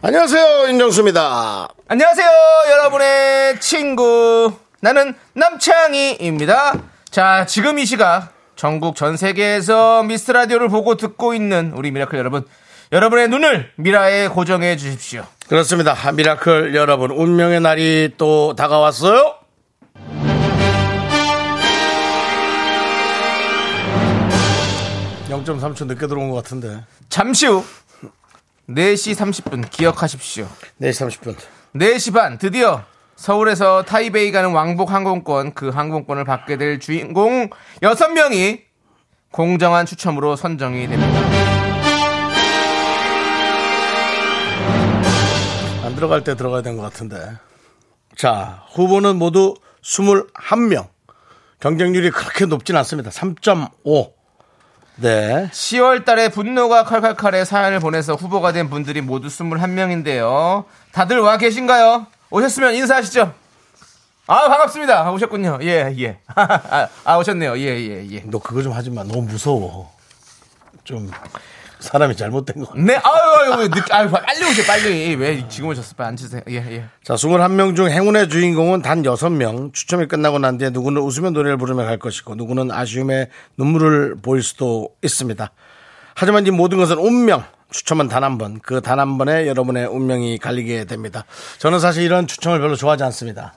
안녕하세요, 윤정수입니다. 안녕하세요, 여러분의 친구. 나는 남창희입니다. 자, 지금 이 시각 전국 전 세계에서 미스 라디오를 보고 듣고 있는 우리 미라클 여러분. 여러분의 눈을 미라에 고정해 주십시오. 그렇습니다. 아, 미라클 여러분, 운명의 날이 또 다가왔어요? (0.3초) 늦게 들어온 것 같은데 잠시 후 4시 30분 기억하십시오. 4시 (30분) 4시 반 드디어 서울에서 타이베이 가는 왕복 항공권 그 항공권을 받게 될 주인공 6명이 공정한 추첨으로 선정이 됩니다. 안 들어갈 때 들어가야 된 것 같은데 자 후보는 모두 21명 경쟁률이 그렇게 높진 않습니다 (3.5) 네 10월 달에 분노가 칼칼칼에 사연을 보내서 후보가 된 분들이 모두 21명인데요. 다들 와 계신가요? 오셨으면 인사하시죠. 아, 반갑습니다. 아, 오셨군요. 예, 예. 아, 아, 오셨네요. 예, 예, 예. 너 그거 좀 하지 마. 너무 무서워. 좀 사람이 잘못된 것 같아. 네, 아유, 아유, 늦, 아유, 빨리 오세요, 빨리. 왜 지금 오셨어요? 빨리 앉으세요. 예, 예. 자, 21명 중 행운의 주인공은 단 6명. 추첨이 끝나고 난 뒤에 누구는 웃으며 노래를 부르며 갈 것이고 누구는 아쉬움에 눈물을 보일 수도 있습니다. 하지만 이 모든 것은 운명. 추첨은 단 한 번. 그 단 한 번에 여러분의 운명이 갈리게 됩니다. 저는 사실 이런 추첨을 별로 좋아하지 않습니다.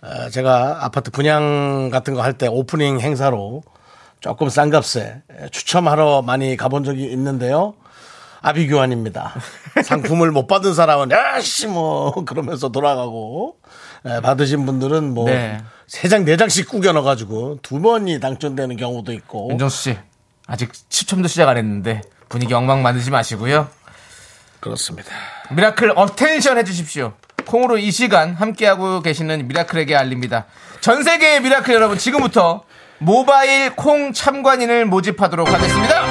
어, 제가 아파트 분양 같은 거 할 때 오프닝 행사로 조금 싼 값에 추첨하러 많이 가본 적이 있는데요. 아비규환입니다. 상품을 못 받은 사람은 야씨 뭐 그러면서 돌아가고 예, 받으신 분들은 뭐 네. 세 장 네 장씩 구겨 넣어가지고 두 번이 당첨되는 경우도 있고 윤정수 씨, 아직 추첨도 시작 안 했는데 분위기 엉망 만들지 마시고요. 그렇습니다. 미라클 어텐션 해주십시오. 콩으로 이 시간 함께하고 계시는 미라클에게 알립니다. 전 세계의 미라클 여러분 지금부터 모바일 콩 참관인을 모집하도록 하겠습니다.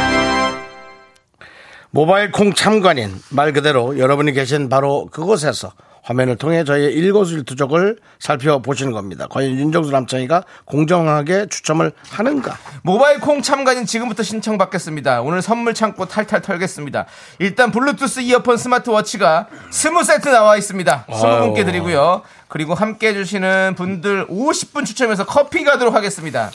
모바일 콩 참관인 말 그대로 여러분이 계신 바로 그곳에서 화면을 통해 저희의 일거수일투족을 살펴보시는 겁니다. 과연 윤정수 남창희가 공정하게 추첨을 하는가? 모바일 콩 참관인 지금부터 신청받겠습니다. 오늘 선물 창고 탈탈 털겠습니다. 일단 블루투스 이어폰 스마트워치가 스무 세트 나와 있습니다. 스무 분께 드리고요. 그리고 함께 해주시는 분들 50분 추첨해서 커피 가도록 하겠습니다.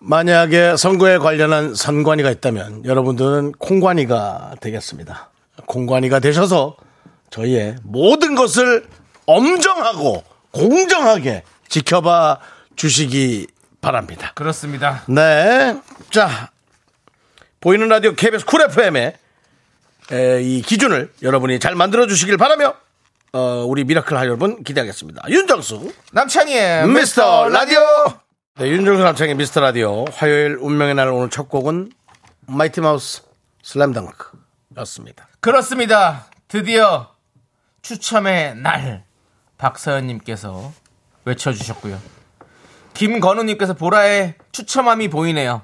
만약에 선거에 관련한 선관위가 있다면 여러분들은 콩관위가 되겠습니다. 콩관위가 되셔서 저희의 모든 것을 엄정하고 공정하게 지켜봐 주시기 바랍니다. 그렇습니다. 네. 자, 보이는 라디오 KBS 쿨 FM의 이 기준을 여러분이 잘 만들어 주시길 바라며 어, 우리 미라클 하 여러분 기대하겠습니다. 윤정수. 남창희의 미스터 미스터 라디오. 네, 윤종수 남창의 미스터 라디오 화요일 운명의 날 오늘 첫 곡은 마이티 마우스 슬램덩크였습니다. 그렇습니다. 드디어 추첨의 날 박서연님께서 외쳐주셨고요. 김건우님께서 보라에 추첨함이 보이네요.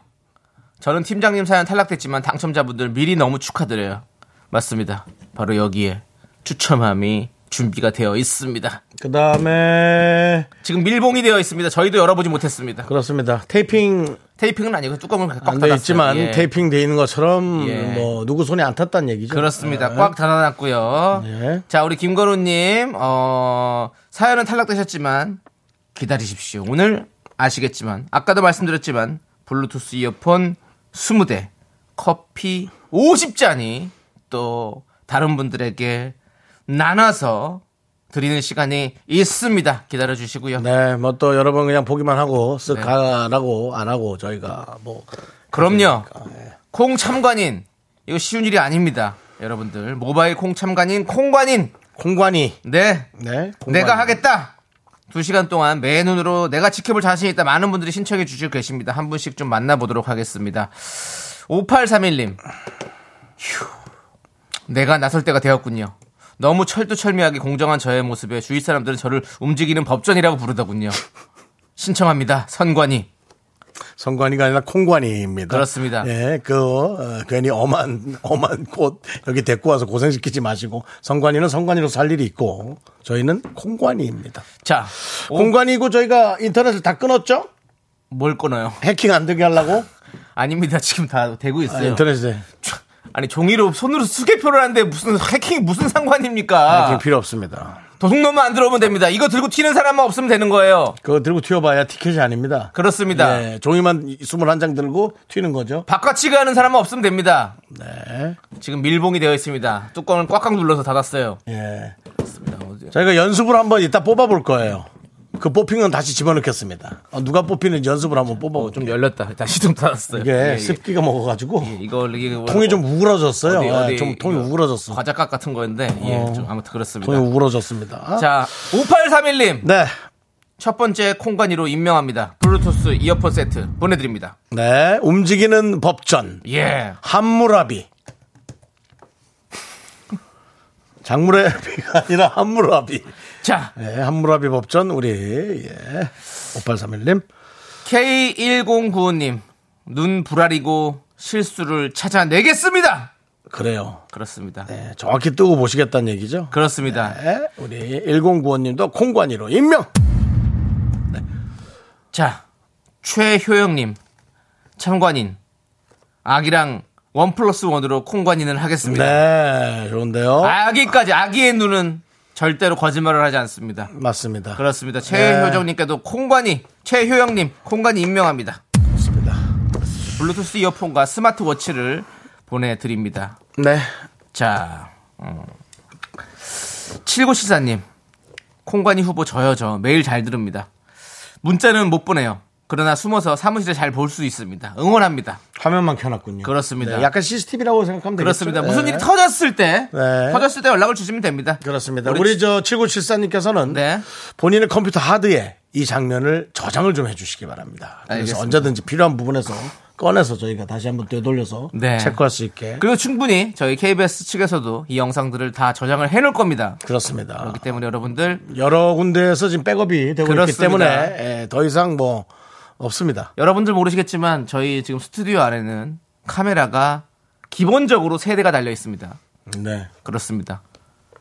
저는 팀장님 사연 탈락됐지만 당첨자분들 미리 너무 축하드려요. 맞습니다. 바로 여기에 추첨함이 준비가 되어 있습니다. 그 다음에 지금 밀봉이 되어 있습니다. 저희도 열어보지 못했습니다. 그렇습니다. 테이핑 테이핑은 아니고 뚜껑을 꽉 안 돼 닫았어요. 있지만 예. 테이핑 돼 있는 것처럼 예. 뭐 누구 손에 안 탔다는 얘기죠. 그렇습니다. 네. 꽉 닫아놨고요. 예. 자, 우리 김건우님, 어, 사연은 탈락되셨지만 기다리십시오. 오늘 아시겠지만, 아까도 말씀드렸지만, 블루투스 이어폰 20대, 커피 50잔이 또 다른 분들에게 나눠서 드리는 시간이 있습니다. 기다려주시고요. 네, 뭐 또 여러분 그냥 보기만 하고 쓱 네. 가라고 안 하고 저희가 뭐 그럼요. 그러니까. 네. 콩 참관인, 이거 쉬운 일이 아닙니다. 여러분들, 모바일 콩 참관인, 콩관인, 공관이 네, 네, 공관이. 내가 하겠다. 두 시간 동안 매 눈으로 내가 지켜볼 자신 있다. 많은 분들이 신청해 주시고 계십니다. 한 분씩 좀 만나보도록 하겠습니다. 5831님. 휴. 내가 나설 때가 되었군요. 너무 철두철미하게 공정한 저의 모습에 주위 사람들은 저를 움직이는 법전이라고 부르더군요. 신청합니다. 선관위. 성관이가 아니라 콩관이입니다. 그렇습니다. 예, 그 어, 괜히 엄한 엄한 꽃 여기 데리고 와서 고생시키지 마시고 성관이는 성관이로 살 일이 있고 저희는 콩관이입니다. 자, 오- 콩관이고 저희가 인터넷을 다 끊었죠? 뭘 끊어요? 해킹 안 되게 하려고 아닙니다. 지금 다 되고 아, 있어요. 인터넷에 아니 종이로 손으로 수개표를 하는데 무슨 해킹이 무슨 상관입니까? 해킹 필요 없습니다. 도둑놈만 안 들어오면 됩니다. 이거 들고 튀는 사람만 없으면 되는 거예요. 그거 들고 튀어봐야 티켓이 아닙니다. 그렇습니다. 예, 종이만 21장 들고 튀는 거죠. 바깥치기 하는 사람만 없으면 됩니다. 네. 지금 밀봉이 되어 있습니다. 뚜껑을 꽉꽉 눌러서 닫았어요. 예. 그렇습니다. 뭐 어제- 저희가 연습을 한번 이따 뽑아볼 거예요. 그 뽑힌 건 다시 집어넣겠습니다. 어, 누가 뽑히는지 연습을 한번 어, 뽑아볼게요. 좀 열렸다. 다시 좀 닫았어요. 이게 예, 예. 습기가 먹어가지고 예, 이거 이게 통이 좀 우그러졌어요. 어디, 아, 어디 좀 통이 이거 우그러졌어. 어. 과자값 같은 거인데 예, 좀 아무튼 그렇습니다. 통이 우그러졌습니다. 자, 5831님 네, 첫 번째 콩관이로 임명합니다. 블루투스 이어폰 세트 보내드립니다. 네, 움직이는 법전 예, 함무라비. 장물의 비가 아니라 함무라비. 자 네, 함무라비 법전 우리 예. 5831님. K1095님 눈 부라리고 실수를 찾아내겠습니다. 그래요. 그렇습니다. 네, 정확히 뜨고 보시겠다는 얘기죠. 그렇습니다. 네, 우리 1095님도 콩관이로 임명. 자, 최효영님, 참관인, 아기랑 원 플러스 원으로 콩관인을 하겠습니다. 네, 좋은데요. 아기까지, 아기의 눈은 절대로 거짓말을 하지 않습니다. 맞습니다. 그렇습니다. 최효정님께도 콩관이, 최효영님, 콩관이 임명합니다. 그렇습니다. 블루투스 이어폰과 스마트워치를 보내드립니다. 네, 자, 음. 7974님. 콩관이 후보 저요, 저. 매일 잘 들읍니다. 문자는 못 보내요. 그러나 숨어서 사무실에 잘 볼 수 있습니다. 응원합니다. 화면만 켜놨군요. 그렇습니다. 네, 약간 CCTV라고 생각하면 되겠죠. 그렇습니다. 무슨 네. 일이 터졌을 때, 네. 터졌을 때 연락을 주시면 됩니다. 그렇습니다. 우리 우리, 저 7974님께서는 네. 본인의 컴퓨터 하드에 이 장면을 저장을 좀 해주시기 바랍니다. 그래서 알겠습니다. 언제든지 필요한 부분에서 꺼내서 저희가 다시 한번 되돌려서 네. 체크할 수 있게 그리고 충분히 저희 KBS 측에서도 이 영상들을 다 저장을 해놓을 겁니다. 그, 렇습니다 그렇기 때문에 여러분들, 여러 군데에서 지금 백업이 되고 있기 그렇습니다. 때문에 예, 더 이상 뭐 없습니다. 여러분들 모르시겠지만 저희 지금 스튜디오 안에는 카메라가 기본적으로 세 대가 달려 있습니다. 네. 그렇습니다.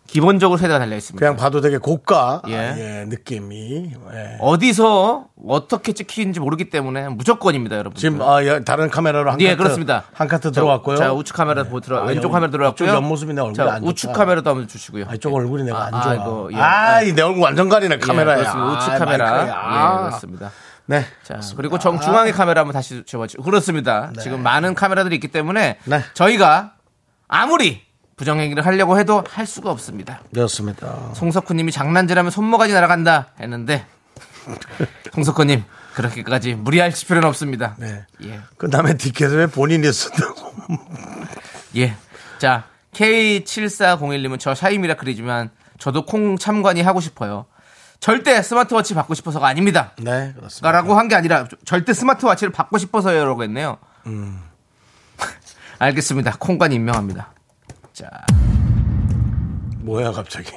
기본적으로 세대가 달려 있습니다. 그냥 봐도 되게 고가 예. 아, 예, 느낌이 예. 어디서 어떻게 찍히는지 모르기 때문에 무조건입니다, 여러분. 지금 아, 예, 다른 카메라로 한 예, 카트 그렇습니다. 한 카트 자, 들어왔고요. 자, 우측 카메라 보 들어 왼쪽 카메라 들어왔고요. 이쪽 옆모습이 내 얼굴이 자, 안 좋다. 우측 카메라도 한번 주시고요. 예, 아, 이쪽 얼굴이 내가 안 좋아. 아이고, 예. 아, 이 내 얼굴 완전 가리네 예, 카메라야. 그렇습니다. 우측 아, 카메라. 마이크야. 아. 예, 그렇습니다. 네. 자, 그리고 정 중앙의 카메라 한번 다시 줘봐죠. 그렇습니다. 지금 많은 카메라들이 있기 때문에 네. 저희가 아무리 부정행위를 하려고 해도 할 수가 없습니다. 그렇습니다. 송석훈님이 장난질하면 손모가지 날아간다 했는데 송석훈님 그렇게까지 무리할 필요는 없습니다. 네. 예. 그 다음에 티켓을 왜 본인이 쓴다고. 예. 자, K7401님은 저 샤이 미라클이지만 저도 콩 참관이 하고 싶어요. 절대 스마트워치 받고 싶어서가 아닙니다. 네, 그렇습니다. 라고 한 게 아니라 절대 스마트워치를 받고 싶어서요라고 했네요. 음. 알겠습니다. 콩관 임명합니다. 자, 뭐야, 갑자기.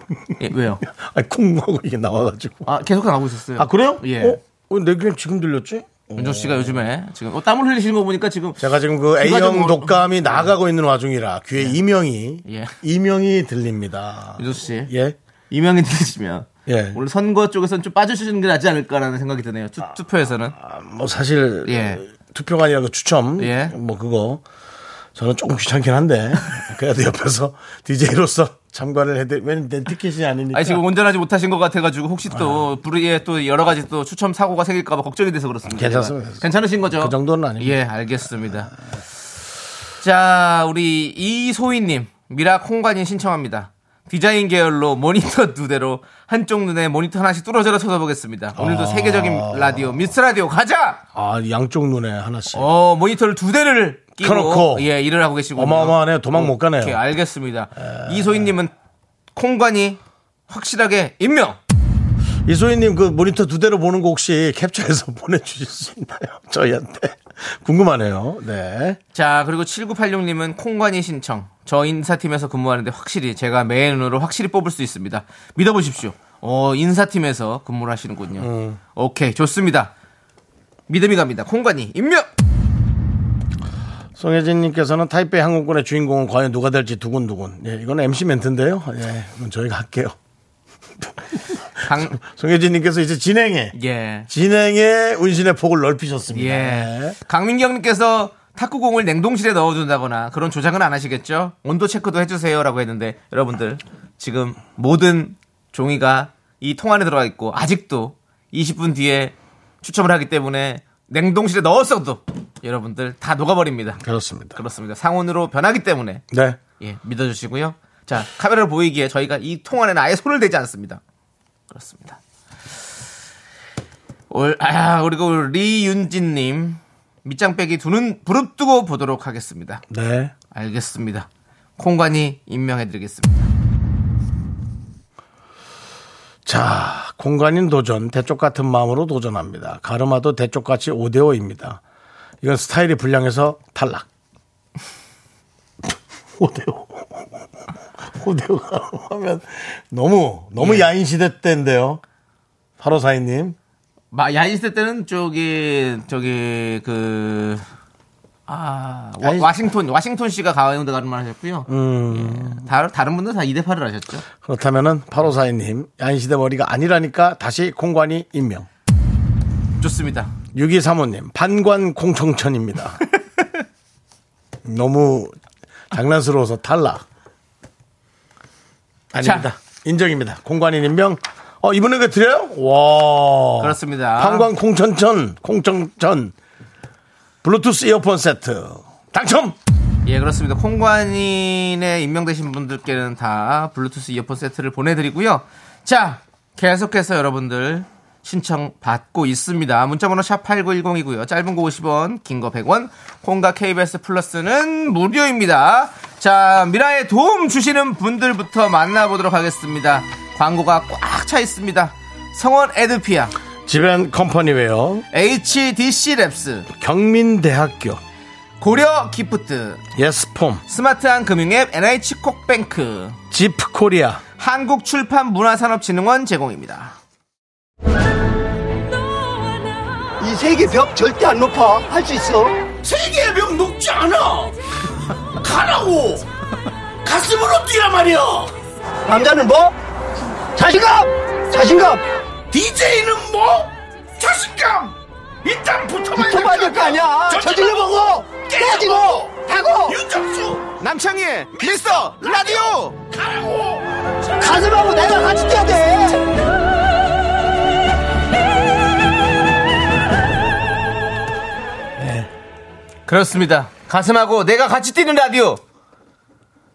예, 왜요? 아, 쿵하고 이게 나와가지고. 아, 계속 나오고 있었어요. 아, 그래요? 예. 어? 어, 내 귀에 지금 들렸지? 윤종 씨가 요즘에 지금 어, 땀을 흘리시는 거 보니까 지금 제가 지금 그 귀가 좀 A형 얼- 독감이 나가고 있는 와중이라 귀에 이명이, 음. 예. 이명이 들립니다. 윤종 씨 예. 이명이 들으시면 예. 오늘 선거 쪽에서는 좀 빠져주시는 게 낫지 않을까라는 생각이 드네요. 투, 투표에서는 아, 뭐 사실 예. 투표가 아니라 그 추첨 예. 뭐 그거 저는 조금 귀찮긴 한데 그래도 옆에서 DJ로서 참관을 해드 왜냐면 내 티켓이 아니니까 예. 아니 지금 운전하지 못하신 것 같아가지고 혹시 또 불의에 또 여러 가지 또 추첨 사고가 생길까봐 걱정이 돼서 그렇습니다. 괜찮습니다. 제가. 괜찮으신 거죠? 그 정도는 아닙니다. 예, 알겠습니다. 자, 우리 이소희님 미라 콩관인 신청합니다. 디자인 계열로 모니터 두 대로 한쪽 눈에 모니터 하나씩 뚫어져라 쳐다보겠습니다. 오늘도 세계적인 라디오 미스 라디오 가자. 아 양쪽 눈에 하나씩 어 모니터를 두 대를 끼고 그렇고. 예 일을 하고 계시고 어마어마하네요. 도망 못 가네요. 아. 오케이, 알겠습니다. 이소희님은 콩관이 확실하게 임명. 이소희님 그 모니터 두 대로 보는 거 혹시 캡처해서 보내주실 수 있나요 저희한테 궁금하네요. 네. 자, 그리고 7986님은 콩관이 신청. 저 인사팀에서 근무하는데 확실히 제가 매의 눈으로 확실히 뽑을 수 있습니다. 믿어보십시오. 어, 인사팀에서 근무를 하시는군요. 음. 오케이, 좋습니다. 믿음이 갑니다. 콩관이 임명! 송혜진님께서는 타이베이 항공권의 주인공은 과연 누가 될지 두근두근. 예, 이건 MC 멘트인데요. 예, 그럼 저희가 할게요. 강, 송혜진님께서 이제 진행해. 예. 진행에 운신의 폭을 넓히셨습니다. 예. 예. 강민경님께서 탁구공을 냉동실에 넣어둔다거나 그런 조작은 안 하시겠죠? 온도 체크도 해주세요라고 했는데 여러분들 지금 모든 종이가 이 통 안에 들어가 있고 아직도 20분 뒤에 추첨을 하기 때문에 냉동실에 넣었어도 여러분들 다 녹아버립니다. 그렇습니다. 그렇습니다. 상온으로 변하기 때문에 네. 예, 믿어주시고요. 자 카메라를 보이기에 저희가 이 통 안에는 아예 손을 대지 않습니다. 그렇습니다. 올, 아, 그리고 리윤진님 밑장 빼기 두는 부릅뜨고 보도록 하겠습니다. 네. 알겠습니다. 콩관이 임명해드리겠습니다. 자, 공간인 도전, 대쪽 같은 마음으로 도전합니다. 가르마도 대쪽같이 5대5입니다. 이건 스타일이 불량해서 탈락. 5대5. 5대5 하면 너무, 너무 야인시대 때인데요. 8542님. 마, 야인시대 때는 저기, 저기, 그, 아, 와, 야인- 와싱턴, 와싱턴 씨가 가운데 가름만 하셨고요. 음. 예, 다, 다른 분들은 다 2대8을 하셨죠. 그렇다면은 8542님. 야인시대 머리가 아니라니까 다시 공관이 임명. 좋습니다. 6235님, 반관 공청천입니다. 너무 장난스러워서 탈락. 아닙니다. 자. 인정입니다. 공관인 임명. 어, 이번에 그 드려요? 와. 그렇습니다. 반관 공천천, 공청천. 블루투스 이어폰 세트. 당첨! 예, 그렇습니다. 콩관인에 임명되신 분들께는 다 블루투스 이어폰 세트를 보내드리고요. 자, 계속해서 여러분들 신청 받고 있습니다. 문자번호 샵8910이고요. 짧은 거 50원, 긴 거 100원, 콩과 KBS 플러스는 무료입니다. 자, 미라에 도움 주시는 분들부터 만나보도록 하겠습니다. 광고가 꽉 차 있습니다. 성원 에드피아, 집엔 컴퍼니웨어, HDC 랩스, 경민대학교, 고려 기프트, 예스폼, 스마트한 금융앱 NH콕뱅크, 지프코리아, 한국출판문화산업진흥원 제공입니다. 이 세계 벽 절대 안 높아. 할 수 있어. 세계의 병 녹지 않아! 가라고! 가슴으로 뛰란 말이야! 남자는 뭐? 자신감! 자신감! DJ는 뭐? 자신감! 일단 붙어봐야 붙어봐야 될 거 아니야. 저질러보고! 깨지고! 하고! 윤정수! 남창희의 미스터 라디오! 가라고! 가슴하고 내가 같이 뛰어야 돼! 그렇습니다. 가슴하고 내가 같이 뛰는 라디오!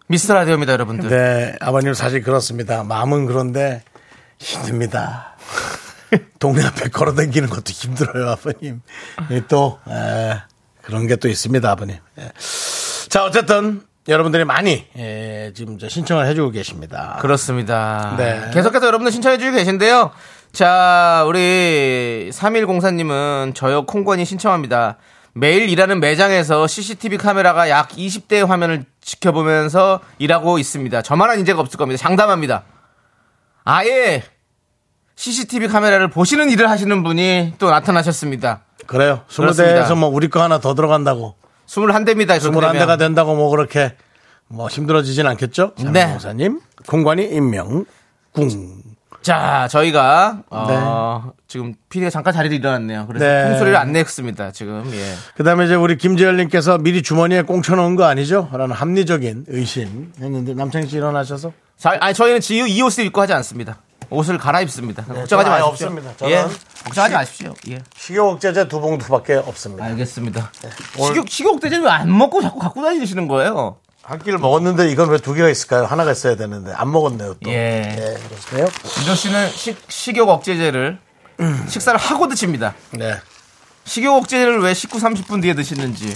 미스터 라디오입니다, 여러분들. 네, 아버님 사실 그렇습니다. 마음은 그런데 힘듭니다. 동네 앞에 걸어 다니는 것도 힘들어요, 아버님. 이 또, 에, 그런 게 또 있습니다, 아버님. 예. 자, 어쨌든 여러분들이 많이 예, 지금 이제 신청을 해주고 계십니다. 그렇습니다. 네. 계속해서 여러분들 신청해주고 계신데요. 자, 우리 3104님은 저요 콩권이 신청합니다. 매일 일하는 매장에서 CCTV 카메라가 약 20대의 화면을 지켜보면서 일하고 있습니다. 저만한 인재가 없을 겁니다. 장담합니다. 아예 CCTV 카메라를 보시는 일을 하시는 분이 또 나타나셨습니다. 그래요. 스무 그렇습니다. 대에서 뭐 우리 거 하나 더 들어간다고 21대입니다. 스물한 대가 된다고 뭐 그렇게 뭐 힘들어지진 않겠죠? 네. 장사님 공관이 임명 궁. 자, 저희가 어, 지금 피디가 잠깐 자리를 일어났네요. 그래서 네. 홍소리를 안 냈습니다. 지금 예. 그다음에 이제 우리 김재열님께서 미리 주머니에 꽁쳐놓은 거 아니죠? 라는 합리적인 의심 했는데 남창희 씨 일어나셔서 자, 아니 저희는 지유 이 옷을 입고 하지 않습니다. 옷을 갈아입습니다. 걱정하지 저는 아예 마십시오. 네, 없습니다. 저는 예, 걱정하지 마십시오. 예, 식욕억제제 두 봉투밖에 없습니다. 알겠습니다. 네. 식욕 식욕 대전 왜안 먹고 자꾸 갖고 다니시는 거예요? 한 끼를 먹었는데 이건 왜 두 개가 있을까요? 하나가 있어야 되는데 안 먹었네요 또. 예. 예 그렇네요. 민정 씨는 식 식욕 억제제를 음. 식사를 하고 드십니다. 네. 식욕 억제제를 왜 식후 30분 뒤에 드시는지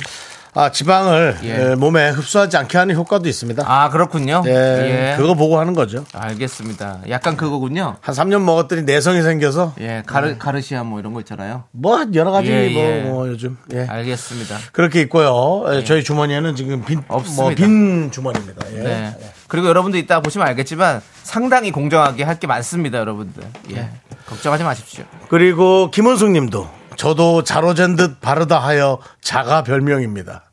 아, 지방을 예. 에, 몸에 흡수하지 않게 하는 효과도 있습니다. 아 그렇군요. 예, 예. 그거 보고 하는 거죠. 알겠습니다. 약간 그거군요. 한 3년 먹었더니 내성이 생겨서 예, 네. 가르 가르시아 뭐 이런 거 있잖아요. 뭐 여러 가지 예, 뭐, 예. 뭐 요즘 예. 알겠습니다. 그렇게 있고요. 예, 저희 주머니에는 지금 빈, 없습니다. 뭐, 빈 주머니입니다. 예. 네. 그리고 여러분들 이따 보시면 알겠지만 상당히 공정하게 할 게 많습니다, 여러분들. 네. 예. 걱정하지 마십시오. 그리고 김은숙 님도 저도 자로잰 듯 바르다 하여 자가 별명입니다.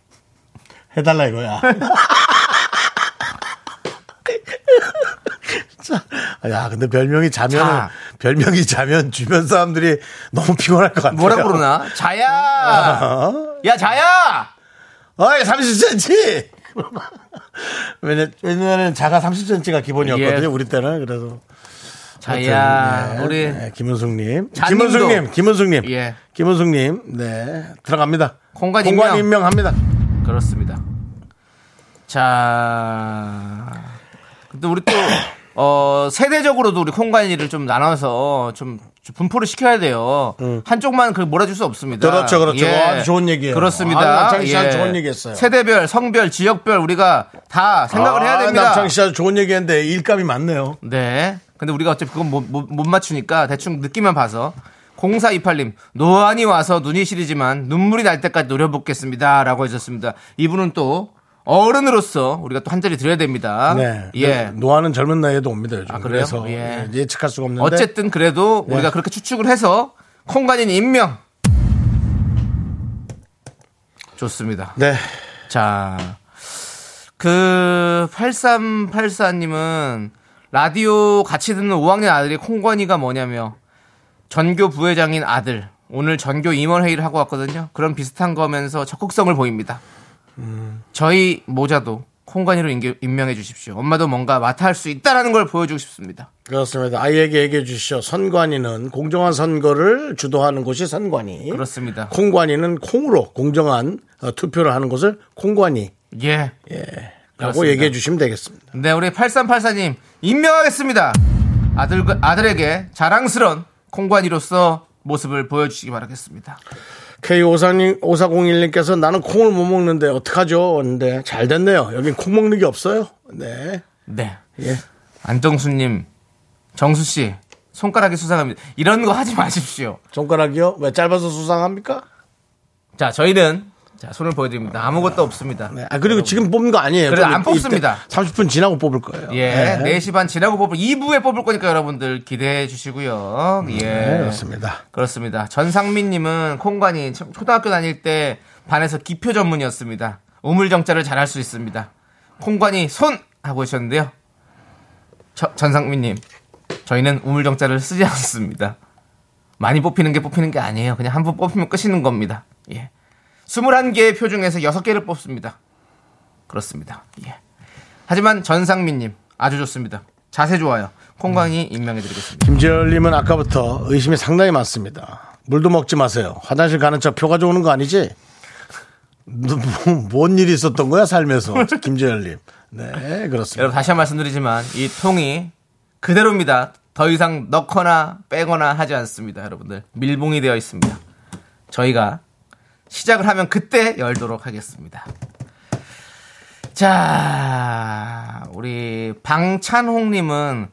해달라 이거야. 자, 야, 근데 별명이 자면, 자. 별명이 자면 주변 사람들이 너무 피곤할 것 같아요. 어? 뭐라 그러나? 자야! 야, 자야! 어이, 30cm! 왜냐, 왜냐면 자가 30cm가 기본이었거든요, 예. 우리 때는. 그래서. 자야. 네, 아, 예. 우리 네, 김은숙님, 자님도. 김은숙님, 김은숙님, 예. 김은숙님, 네 들어갑니다. 공간 공간 임명. 임명합니다. 그렇습니다. 자, 근데 우리 또, 어, 세대적으로도 우리 콩관리를 좀 나눠서 좀, 좀 분포를 시켜야 돼요. 한쪽만 그 몰아줄 수 없습니다. 음. 그렇죠, 그렇죠. 와, 좋은 얘기예요. 그렇습니다. 아, 남창희 씨 아주 좋은 얘기했어요. 세대별, 성별, 지역별 우리가 다 생각을 해야 아, 됩니다. 남창 씨 아주 좋은 얘기했는데 일감이 많네요. 네. 근데 우리가 어차피 그건 못, 못, 못 맞추니까 대충 느낌만 봐서. 0428님, 노안이 와서 눈이 시리지만 눈물이 날 때까지 노려보겠습니다. 라고 해주셨습니다. 이분은 또 어른으로서 우리가 또 한 자리 드려야 됩니다. 네, 예. 노화는 젊은 나이에도 옵니다 요즘. 아, 그래요? 그래서 예. 예, 측할수가 없는데. 어쨌든 그래도 네. 우리가 그렇게 추측을 해서 콩간인 임명. 좋습니다. 네, 자, 그 8384님은 라디오 같이 듣는 5학년 아들이 콩관이가 뭐냐며 전교 부회장인 아들 오늘 전교 임원 회의를 하고 왔거든요. 그런 비슷한 거면서 적극성을 보입니다. 저희 모자도 콩관이로 인계- 임명해 주십시오. 엄마도 뭔가 맡아 할 수 있다라는 걸 보여주고 싶습니다. 그렇습니다. 아이에게 얘기해 주시죠. 선관위는 공정한 선거를 주도하는 곳이 선관위. 그렇습니다. 콩관위는 콩으로 공정한 어, 투표를 하는 곳을 콩관위라고 예. 그렇습니다. 얘기해 주시면 되겠습니다. 네, 우리 8384님 임명하겠습니다. 아들 아들에게 자랑스런 콩관이로서 모습을 보여주시기 바라겠습니다. K5401님께서 나는 콩을 못 먹는데 어떡하죠? 근데 잘 됐네요. 여긴 콩 먹는 게 없어요. 네. 네, 예. 안정수님, 정수 씨 손가락이 수상합니다. 이런 거 하지 마십시오. 손가락이요? 왜 짧아서 수상합니까? 자, 저희는 자 손을 보여드립니다. 아무것도 없습니다. 네. 아, 그리고 지금 뽑는 거 아니에요. 그래도 좀 안 이때- 뽑습니다. 이때 30분 지나고 뽑을 거예요. 예, 네. 4시 반 지나고 뽑을 2부에 뽑을 거니까 여러분들 기대해 주시고요. 예, 네, 그렇습니다. 그렇습니다. 전상민님은 콩관이 초- 초등학교 다닐 때 반에서 기표 전문이었습니다. 우물정자를 잘할 수 있습니다. 콩관이 손 하고 계셨는데요. 저- 전상민님, 저희는 우물정자를 쓰지 않습니다. 많이 뽑히는 게 뽑히는 게 아니에요. 그냥 한 번 뽑히면 끝이는 겁니다. 예. 21개의 표 중에서 6개를 뽑습니다. 그렇습니다. 예. 하지만 전상민님, 아주 좋습니다. 자세 좋아요. 콩관이 임명해드리겠습니다. 김재열님은 아까부터 의심이 상당히 많습니다. 물도 먹지 마세요. 화장실 가는 척 표 가져오는 거 아니지? 너 뭐- 뭔 일이 있었던 거야, 살면서. 김재열님. 네, 그렇습니다. 여러분 다시 한 번 말씀드리지만 이 통이 그대로입니다. 더 이상 넣거나 빼거나 하지 않습니다, 여러분들. 밀봉이 되어 있습니다. 저희가 시작을 하면 그때 열도록 하겠습니다. 자, 우리 방찬홍님은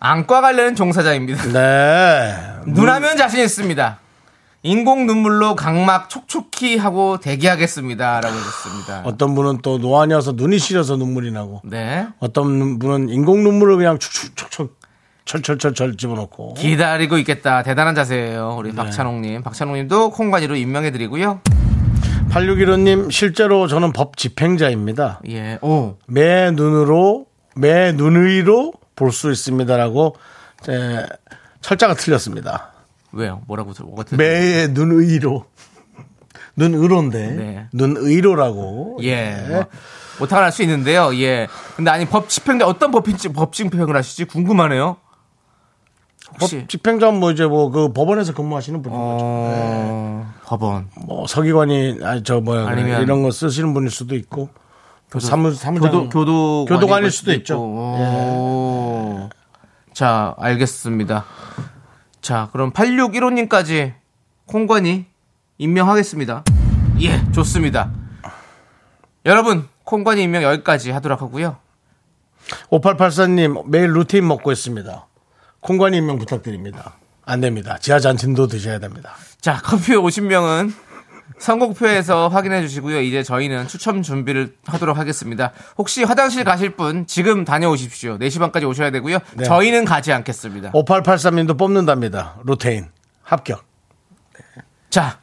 안과 관련 종사자입니다. 네. 눈하면 자신 있습니다. 인공 눈물로 각막 촉촉히 하고 대기하겠습니다라고 했습니다. 아. 어떤 분은 또 노안이어서 눈이 시려서 눈물이 나고 네. 어떤 분은 인공 눈물을 그냥 축축축축 철철철철 집어넣고 기다리고 있겠다. 대단한 자세예요. 우리 박찬홍님. 박찬홍님도 콩관이로 임명해드리고요. 8615님 실제로 저는 법 집행자입니다. 예. 오. 매 눈으로 매 눈의로 볼 수 있습니다라고 에, 철자가 틀렸습니다. 왜요? 뭐라고 들어? 뭐가 들려? 매의 눈의로 눈의로인데 네. 눈의로라고 예. 뭐, 오타를 할 수 있는데요. 예. 근데 아니 법 집행자 어떤 법인지 법 집행을 하실지 궁금하네요. 법 혹시 집행자는 뭐 이제 뭐 그 법원에서 근무하시는 분인 거죠. 어... 법원 뭐 서기관이 아니 저 뭐야 아니면- 이런 거 쓰시는 분일 수도 있고 또 사무 사무장 교도 교도 음. 교도관일 수도 있죠. 예. 오. 자, 알겠습니다. 자, 그럼 8615님까지 콩관이 임명하겠습니다. 예, 좋습니다. 여러분, 콩관이 임명 여기까지 하도록 하고요. 5884님 매일 루틴 먹고 있습니다. 콩관이 임명 부탁드립니다. 안 됩니다. 지하잔진도 드셔야 됩니다. 자, 커피 50명은 선곡표에서 확인해 주시고요. 이제 저희는 추첨 준비를 하도록 하겠습니다. 혹시 화장실 가실 분 지금 다녀오십시오. 4시 반까지 오셔야 되고요. 네. 저희는 가지 않겠습니다. 5883님도 뽑는답니다. 루테인 합격. 자,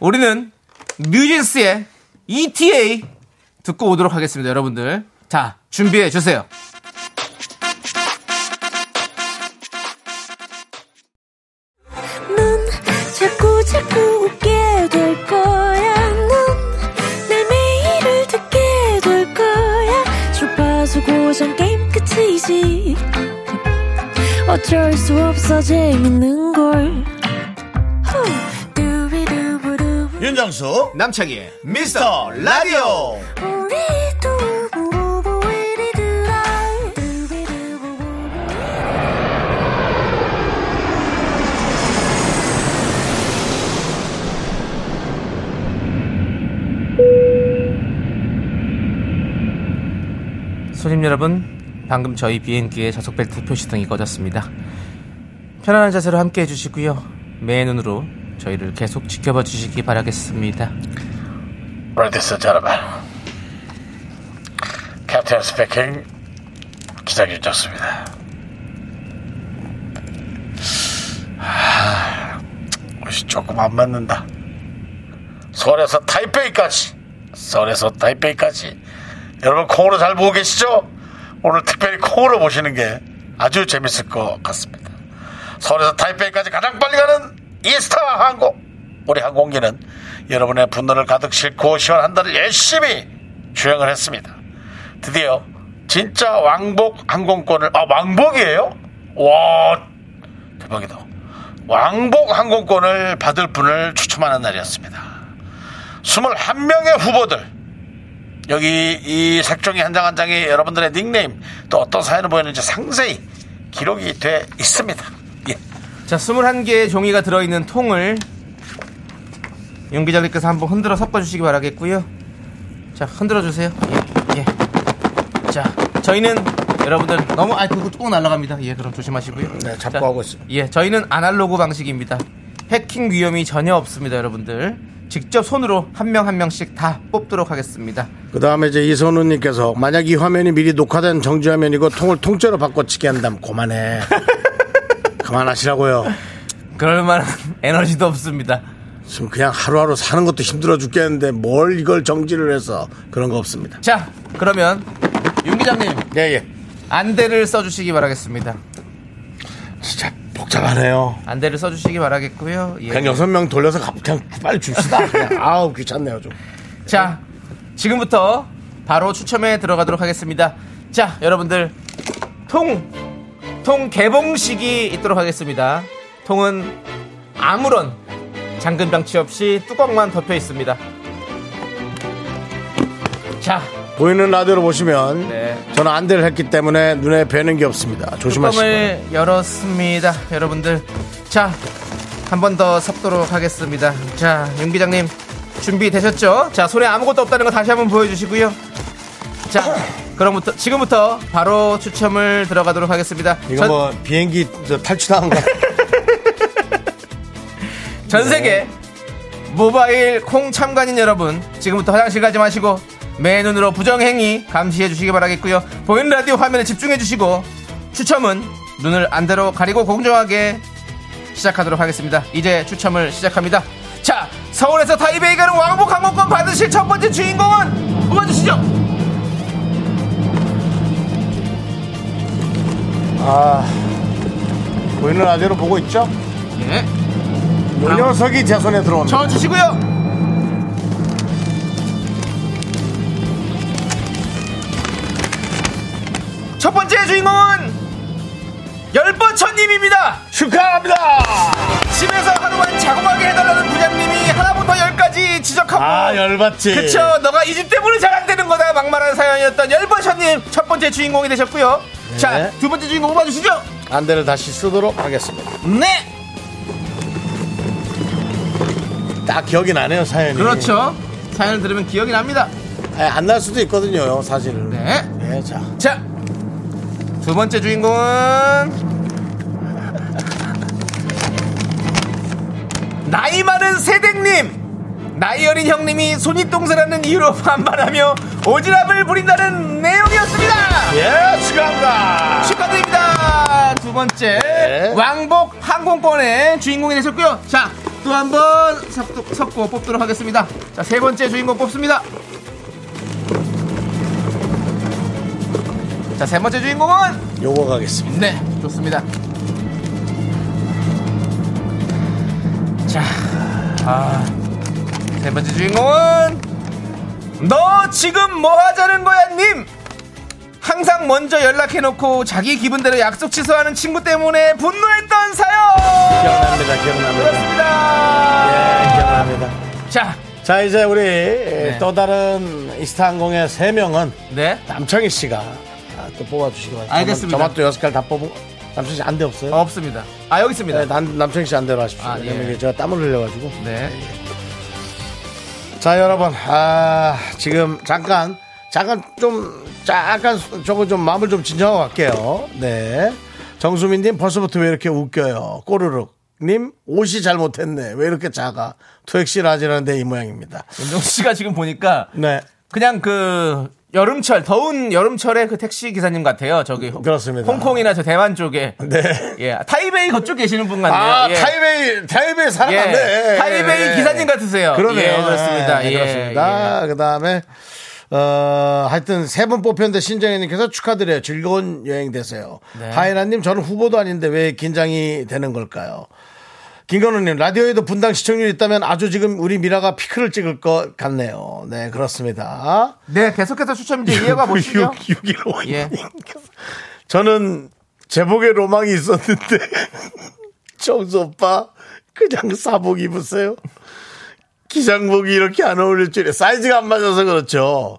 우리는 뮤진스의 ETA 듣고 오도록 하겠습니다, 여러분들. 자, 준비해 주세요. 넌 자꾸 자꾸 웃게 될 거야. 넌내 매일을 듣게 될 거야. 주파수 고정 게임 끝이지. 어쩔 수 없어 재밌는 걸. 후. 두비두부두. 윤정수 남창희의 미스터 라디오 우리 두부부부 우리 두라. 두비두부부부. 손님 여러분, 방금 저희 비행기의 좌석벨트 표시 등이 꺼졌습니다. 편안한 자세로 함께 해주시고요. 매의 눈으로 저희를 계속 지켜봐 주시기 바라겠습니다. 어디서 여러분 캡틴 스피킹 기장 윤정수입니다 하, 옷이 조금 안 맞는다 서울에서 타이페이까지 서울에서 타이페이까지 여러분 콩으로 잘 보고 계시죠? 오늘 특별히 콩으로 보시는 게 아주 재밌을 것 같습니다 서울에서 타이페이까지 가장 빨리 가는 이스타 항공. 우리 항공기는 여러분의 분노를 가득 싣고 시원한 달을 열심히 주행을 했습니다. 드디어 진짜 왕복 항공권을 아 왕복이에요? 와 대박이다. 왕복 항공권을 받을 분을 추첨하는 날이었습니다. 21명의 후보들 여기 이 색종이 한 장 한 장이 여러분들의 닉네임 또 어떤 사연을 보였는지 상세히 기록이 돼 있습니다. 예. 자, 21개의 종이가 들어있는 통을 윤 기자님께서 한번 흔들어 섞어주시기 바라겠고요. 자, 흔들어주세요. 예, 예. 자, 저희는 여러분들 너무, 아, 그거 또 날아갑니다. 예, 그럼 조심하시고요. 네, 잡고 자, 하고 있습니다. 예, 저희는 아날로그 방식입니다. 해킹 위험이 전혀 없습니다, 여러분들. 직접 손으로 한 명 한 명씩 다 뽑도록 하겠습니다. 그 다음에 이제 이선우님께서 만약 이 화면이 미리 녹화된 정지 화면이고 통을 통째로 바꿔치기 한다면 그만해. 그만하시라고요. 그럴 만한 에너지도 없습니다. 지금 그냥 하루하루 사는 것도 힘들어 죽겠는데 뭘 이걸 정지를 해서 그런 거 없습니다. 자, 그러면 윤 기자님 예, 예. 안대를 써주시기 바라겠습니다. 진짜 복잡하네요. 안대를 써주시기 바라겠고요. 예. 그냥 여섯 명 돌려서 가- 그냥 빨리 줍시다. 그냥. 아우 귀찮네요 좀. 자, 지금부터 바로 추첨에 들어가도록 하겠습니다. 자, 여러분들 통, 통 개봉식이 있도록 하겠습니다. 통은 아무런 잠금 장치 없이 뚜껑만 덮여 있습니다. 자, 보이는 라디오로 보시면 네. 저는 안대를 했기 때문에 눈에 뵈는 게 없습니다. 조심하시고. 뚜껑을 열었습니다, 여러분들. 자, 한 번 더 섞도록 하겠습니다. 자, 윤 기장님 준비 되셨죠? 자, 손에 아무것도 없다는 거 다시 한번 보여주시고요. 자, 그럼부터 지금부터 바로 추첨을 들어가도록 하겠습니다. 이거 전, 뭐 비행기 저 탈출당한 거. 전 세계 모바일 콩 참관인 여러분, 지금부터 화장실 가지 마시고 매 눈으로 부정행위 감시해 주시기 바라겠고요. 보이는 라디오 화면에 집중해 주시고 추첨은 눈을 안대로 가리고 공정하게 시작하도록 하겠습니다. 이제 추첨을 시작합니다. 자, 서울에서 타이베이 가는 왕복 항공권 받으실 첫 번째 주인공은 뽑아주시죠. 보이는 라디오로 보고 있죠? 예, 요 녀석이 제 손에 들어옵니다. 저 주시고요. 첫 번째 주인공은 열버천님입니다. 축하합니다. 집에서 하루만 자고하게 해달라는 부장님이 하나부터 열까지 지적하고 아 열받지. 그쵸 너가 이 집 때문에 잘 안 되는 거다 막말한 사연이었던 열버천님 첫 번째 주인공이 되셨고요. 네. 자 두 번째 주인공 뽑아주시죠. 안대를 네. 다시 쓰도록 하겠습니다. 네. 다 기억이 나네요 사연이. 예, 그렇죠. 사연을 들으면 기억이 납니다. 안 날 수도 있거든요 사실은. 네. 네, 자 자, 두 번째 주인공은 나이 많은 세댁님. 나이 어린 형님이 손이 똥새라는 이유로 반발하며 오지랖을 부린다는 내용이었습니다. 예 축하합니다. 축하드립니다. 두 번째 네. 왕복 항공권의 주인공이 되셨고요. 자, 또 한 번 섞고, 섞고 뽑도록 하겠습니다. 자, 세 번째 주인공 뽑습니다. 자, 세 번째 주인공은 요거 가겠습니다. 네, 좋습니다. 자, 아, 세 번째 주인공은 너 지금 뭐 하자는 거야, 님? 항상 먼저 연락해놓고 자기 기분대로 약속 취소하는 친구 때문에 분노했던 사연. 기억납니다 기억납니다. 그렇습니다. 예 기억납니다. 자, 자 이제 우리 또 다른 이스타항공의 세 명은 네. 남창희 씨가 아, 또 뽑아주시기 바랍니다. 알겠습니다. 저만 또 여섯 개를 다 뽑은 남창희 씨 안 돼 없어요? 어, 없습니다. 아, 여기 있습니다. 네, 남, 남창희 씨 안대로 하십시오. 아, 왜냐면 예. 이게 제가 땀을 흘려가지고. 네. 자 여러분 아 지금 잠깐 잠깐 좀 잠깐 저거 좀 마음을 좀 진정하고 갈게요 네 정수민님 벌써부터 왜 이렇게 웃겨요 꼬르륵님 옷이 잘못했네 왜 이렇게 작아 투엑시 라지라는데 이 모양입니다 윤정 씨가 지금 보니까 네 그냥 그 여름철 더운 여름철에 그 택시 기사님 같아요. 저기 홍- 그렇습니다. 홍콩이나 저 대만 쪽에 네. 예 타이베이 그쪽 계시는 분 같네요. 아, 예. 타이베이, 타이베이 예. 살아났네. 타이베이 기사님 같으세요. 그러네요. 예, 그렇습니다. 네, 예, 그렇습니다. 그 다음에, 어, 하여튼 세 분 뽑혔는데 신정현님께서 축하드려요. 즐거운 여행 되세요. 네. 하이라님, 저는 후보도 아닌데 왜 긴장이 되는 걸까요? 김건우님, 라디오에도 분당 시청률이 있다면 아주 지금 우리 미라가 피크를 찍을 것 같네요. 네, 그렇습니다. 네 계속해서 추첨 이제 이해가 보시죠. 615. 예. 저는 제복에 로망이 있었는데 정수 오빠 그냥 사복 입으세요. 기장복이 이렇게 안 어울릴 줄이야. 사이즈가 안 맞아서 그렇죠.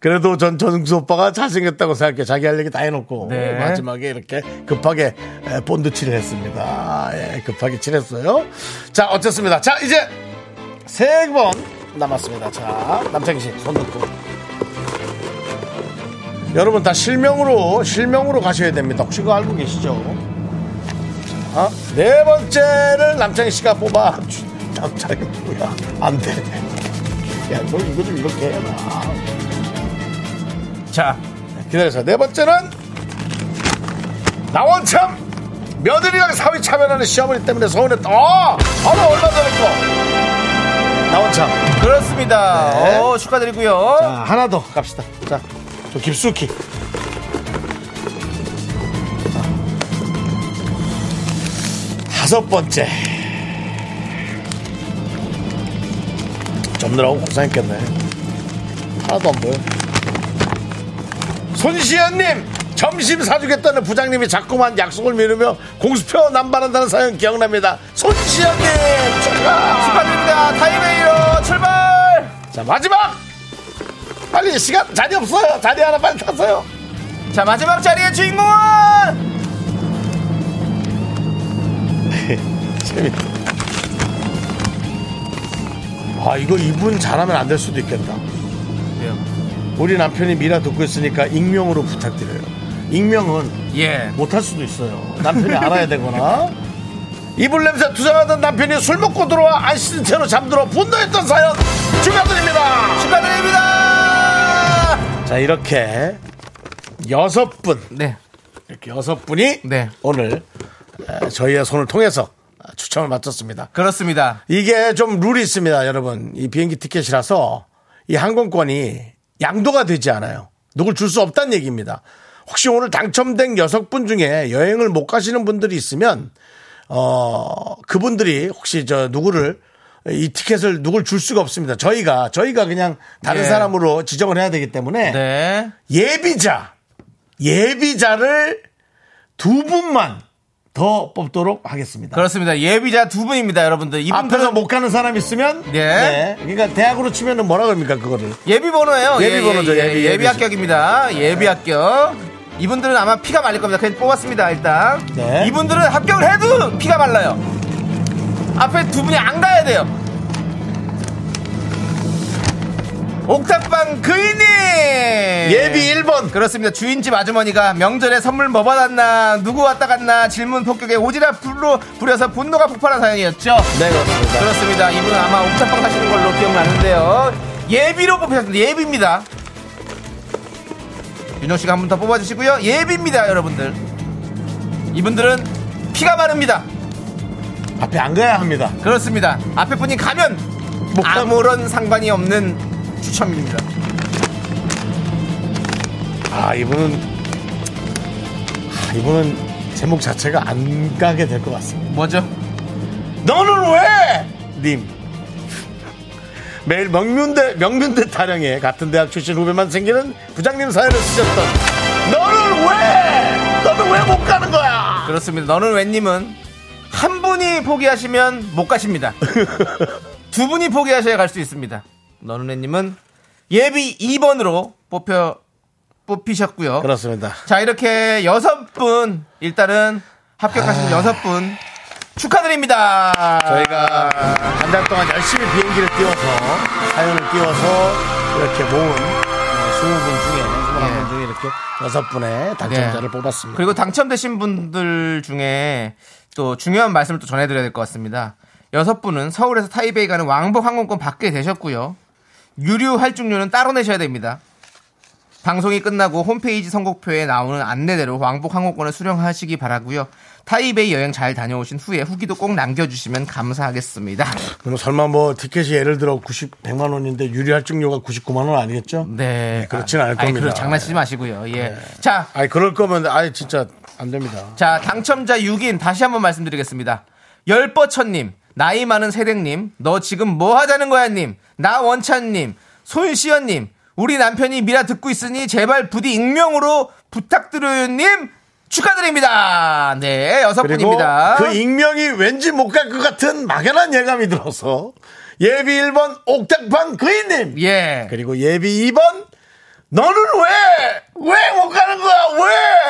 그래도 전 정수 오빠가 잘생겼다고 생각해. 자기 할 얘기 다 해놓고 네. 마지막에 이렇게 급하게 에, 본드 칠했습니다. 예, 급하게 칠했어요. 자, 어쨌습니다. 자, 이제 세 번 남았습니다. 자, 남창희 씨, 손 놓고. 여러분 다 실명으로, 실명으로 가셔야 됩니다. 혹시 그거 알고 계시죠? 자, 네 번째를 남창희 씨가 뽑아. 주- 남창희, 뭐야. 안 돼. 야, 너 이거 좀 이렇게 해라. 자 기다려서 네 번째는 나원참 며느리랑 사위 차별하는 시어머니 때문에 서운했다. 어, 바로 얼마 전에 거 나원참. 그렇습니다. 네. 오, 축하드리고요. 자, 하나 더 갑시다. 자, 저 깊숙이. 자. 다섯 번째. 접느라고 고생했겠네. 하나도 안 보여. 손시현님! 점심 사주겠다는 부장님이 자꾸만 약속을 미루며 공수표 남발한다는 사연 기억납니다. 손시현님! 축하! 축하드립니다. 타이베이로 출발. 자 마지막 빨리 시간 자리 없어요 자리 하나 빨리 타세요 자 마지막 자리의 주인공은 재밌다 아 이거 이분 잘하면 안 될 수도 있겠다 네. 우리 남편이 미라 듣고 있으니까 익명으로 부탁드려요 익명은 예. 못할 수도 있어요 남편이 알아야 되거나 이불 냄새 투정하던 남편이 술 먹고 들어와 안 씻은 채로 잠들어 분노했던 사연 축하드립니다 축하드립니다. 자 이렇게 여섯 분 네. 이렇게 여섯 분이 네. 오늘 에, 저희의 손을 통해서 추첨을 마쳤습니다. 그렇습니다. 이게 좀 룰이 있습니다, 여러분. 이 비행기 티켓이라서 이 항공권이 양도가 되지 않아요. 누굴 줄 수 없다는 얘기입니다. 혹시 오늘 당첨된 여섯 분 중에 여행을 못 가시는 분들이 있으면 어 그분들이 혹시 저 누구를 이 티켓을 누굴 줄 수가 없습니다. 저희가 저희가 그냥 다른 예. 사람으로 지정을 해야 되기 때문에 네. 예비자 예비자를 두 분만 더 뽑도록 하겠습니다. 그렇습니다. 예비자 두 분입니다, 여러분들. 이분들은 앞에서 못 가는 사람 있으면 예. 네. 그러니까 대학으로 치면은 뭐라 그럽니까 그거를 예비 번호예요. 예비 번호죠, 예비, 예비, 예비지. 합격입니다. 예비 합격. 이분들은 아마 피가 말릴 겁니다. 그냥 뽑았습니다, 일단. 네. 이분들은 합격을 해도 피가 말라요. 앞에 두 분이 안 가야 돼요. 옥탑방 그이님 예비 1번. 그렇습니다. 주인집 아주머니가 명절에 선물 뭐 받았나, 누구 왔다 갔나 질문 폭격에 오지랖 불로 부려서 분노가 폭발한 사연이었죠. 네, 그렇습니다. 그렇습니다. 이분은 아마 옥탑방 사시는 걸로 기억나는데요. 예비로 뽑히셨습니다. 예비입니다. 윤호 씨가 한 분 더 뽑아주시고요. 예비입니다, 여러분들. 이분들은 피가 마릅니다. 앞에 안 가야 합니다. 그렇습니다. 앞에 분이 가면 아무런 상관이 없는 추첨입니다. 아, 이분은. 아, 이분은 제목 자체가 안 가게 될 것 같습니다. 뭐죠? 너는 왜? 님. 매일 명륜대, 명륜대 타령에 같은 대학 출신 후배만 생기는 부장님 사연을 쓰셨던 너는 왜? 너는 왜 못 가는 거야? 그렇습니다. 너는 웬님은 한 분이 포기하시면 못 가십니다. 두 분이 포기하셔야 갈 수 있습니다. 너는 웬님은 예비 2번으로 뽑혀 뽑히셨고요. 그렇습니다. 자 이렇게 여섯 분 일단은 합격하신 여섯 분 축하드립니다. 아. 저희가 한 달 동안 열심히 비행기를 띄워서 사연을 띄워서 이렇게 모은 20분 중에 21분 중에 이렇게 여섯 분의 당첨자를 예. 네. 뽑았습니다. 그리고 당첨되신 분들 중에 또 중요한 말씀을 또 전해드려야 될 것 같습니다. 여섯 분은 서울에서 타이베이 가는 왕복 항공권 받게 되셨고요. 유류 할증료는 따로 내셔야 됩니다. 방송이 끝나고 홈페이지 선곡표에 나오는 안내대로 왕복 항공권을 수령하시기 바라고요. 타이베이 여행 잘 다녀오신 후에 후기도 꼭 남겨주시면 감사하겠습니다. 그럼 설마 뭐 티켓이 예를 들어 90, 100만 원인데 유리 할증료가 99만 원 아니겠죠? 네, 그렇진 않을 아이, 겁니다. 네. 그럼 장난치지 마시고요. 예, 자 아니 그럴 거면 아예 진짜 안 됩니다. 자, 당첨자 6인 다시 한번 말씀드리겠습니다. 열버천님, 나이 많은 세댁님, 너 지금 뭐 하자는 거야, 님, 나원찬님, 손시연님, 우리 남편이 미라 듣고 있으니 제발 부디 익명으로 부탁드려요, 님, 축하드립니다. 네, 여섯 그리고 분입니다. 그 익명이 왠지 못 갈 것 같은 막연한 예감이 들어서 예비 1번 옥탑방 그이님 예. 네. 그리고 예비 2번 너는 왜? 왜 못 가는 거야?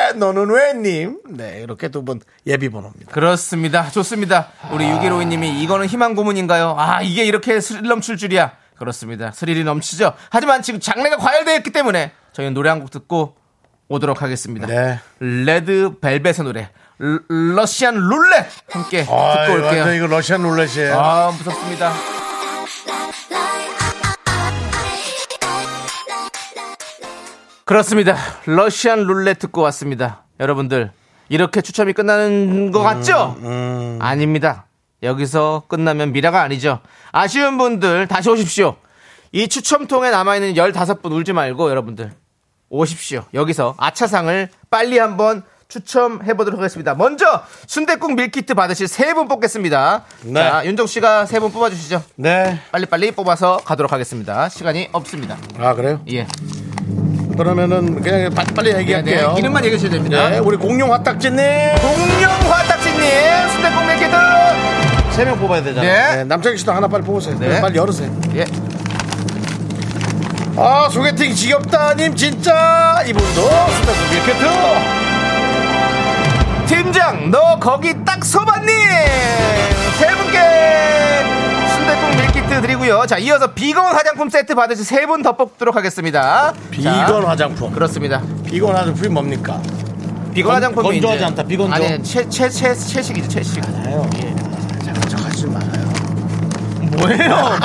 왜? 너는 왜 님? 네 이렇게 두 분 예비 번호입니다. 그렇습니다. 좋습니다. 우리 6152님이 이거는 희망 고문인가요? 아, 이게 이렇게 스릴 넘칠 줄이야. 그렇습니다. 스릴이 넘치죠. 하지만 지금 장르가 과열되어 있기 때문에 저희는 노래 한 곡 듣고 오도록 하겠습니다. 네. 레드 벨벳의 노래 러- 러시안 룰렛 함께 듣고 아이, 예, 완전 올게요. 이거 러시안 룰렛이에요. 아, 무섭습니다. 그렇습니다. 러시안 룰렛 듣고 왔습니다. 여러분들, 이렇게 추첨이 끝나는 것 같죠? 음, 아닙니다. 여기서 끝나면 미라가 아니죠. 아쉬운 분들 다시 오십시오. 이 추첨통에 남아있는 15분 울지 말고 여러분들 오십시오. 여기서 아차상을 빨리 한번 추첨해 보도록 하겠습니다. 먼저 순대국 밀키트 받으실 세 분 뽑겠습니다. 자, 윤정 씨가 세 분 뽑아 주시죠. 네. 빨리빨리 뽑아서 가도록 하겠습니다. 시간이 없습니다. 아 그래요? 예. 그러면은 그냥 바- 빨리 얘기할게요. 네, 이름만 얘기해 주셔야 됩니다. 네. 네, 우리 공룡 화딱지님 공룡 화딱지님 순대국 밀키트. 세 명 뽑아야 되잖아요. 네. 네, 남창희 씨도 하나 빨리 뽑으세요. 네. 빨리 열으세요. 예. 아 소개팅 지겹다님 진짜 이분도 수다수 밀키트 팀장 너 거기 딱 소반님 세 분께 순대국 밀키트 드리고요. 자 이어서 비건 화장품 세트 받으실 세 분 더 뽑도록 하겠습니다. 비건 자, 화장품 그렇습니다. 비건 화장품이 뭡니까? 비건 화장품 건조하지 않다, 비건조. 아니 채채채 채식이죠 채식. 아요 예. 잠깐 하지 말아요 뭐예요?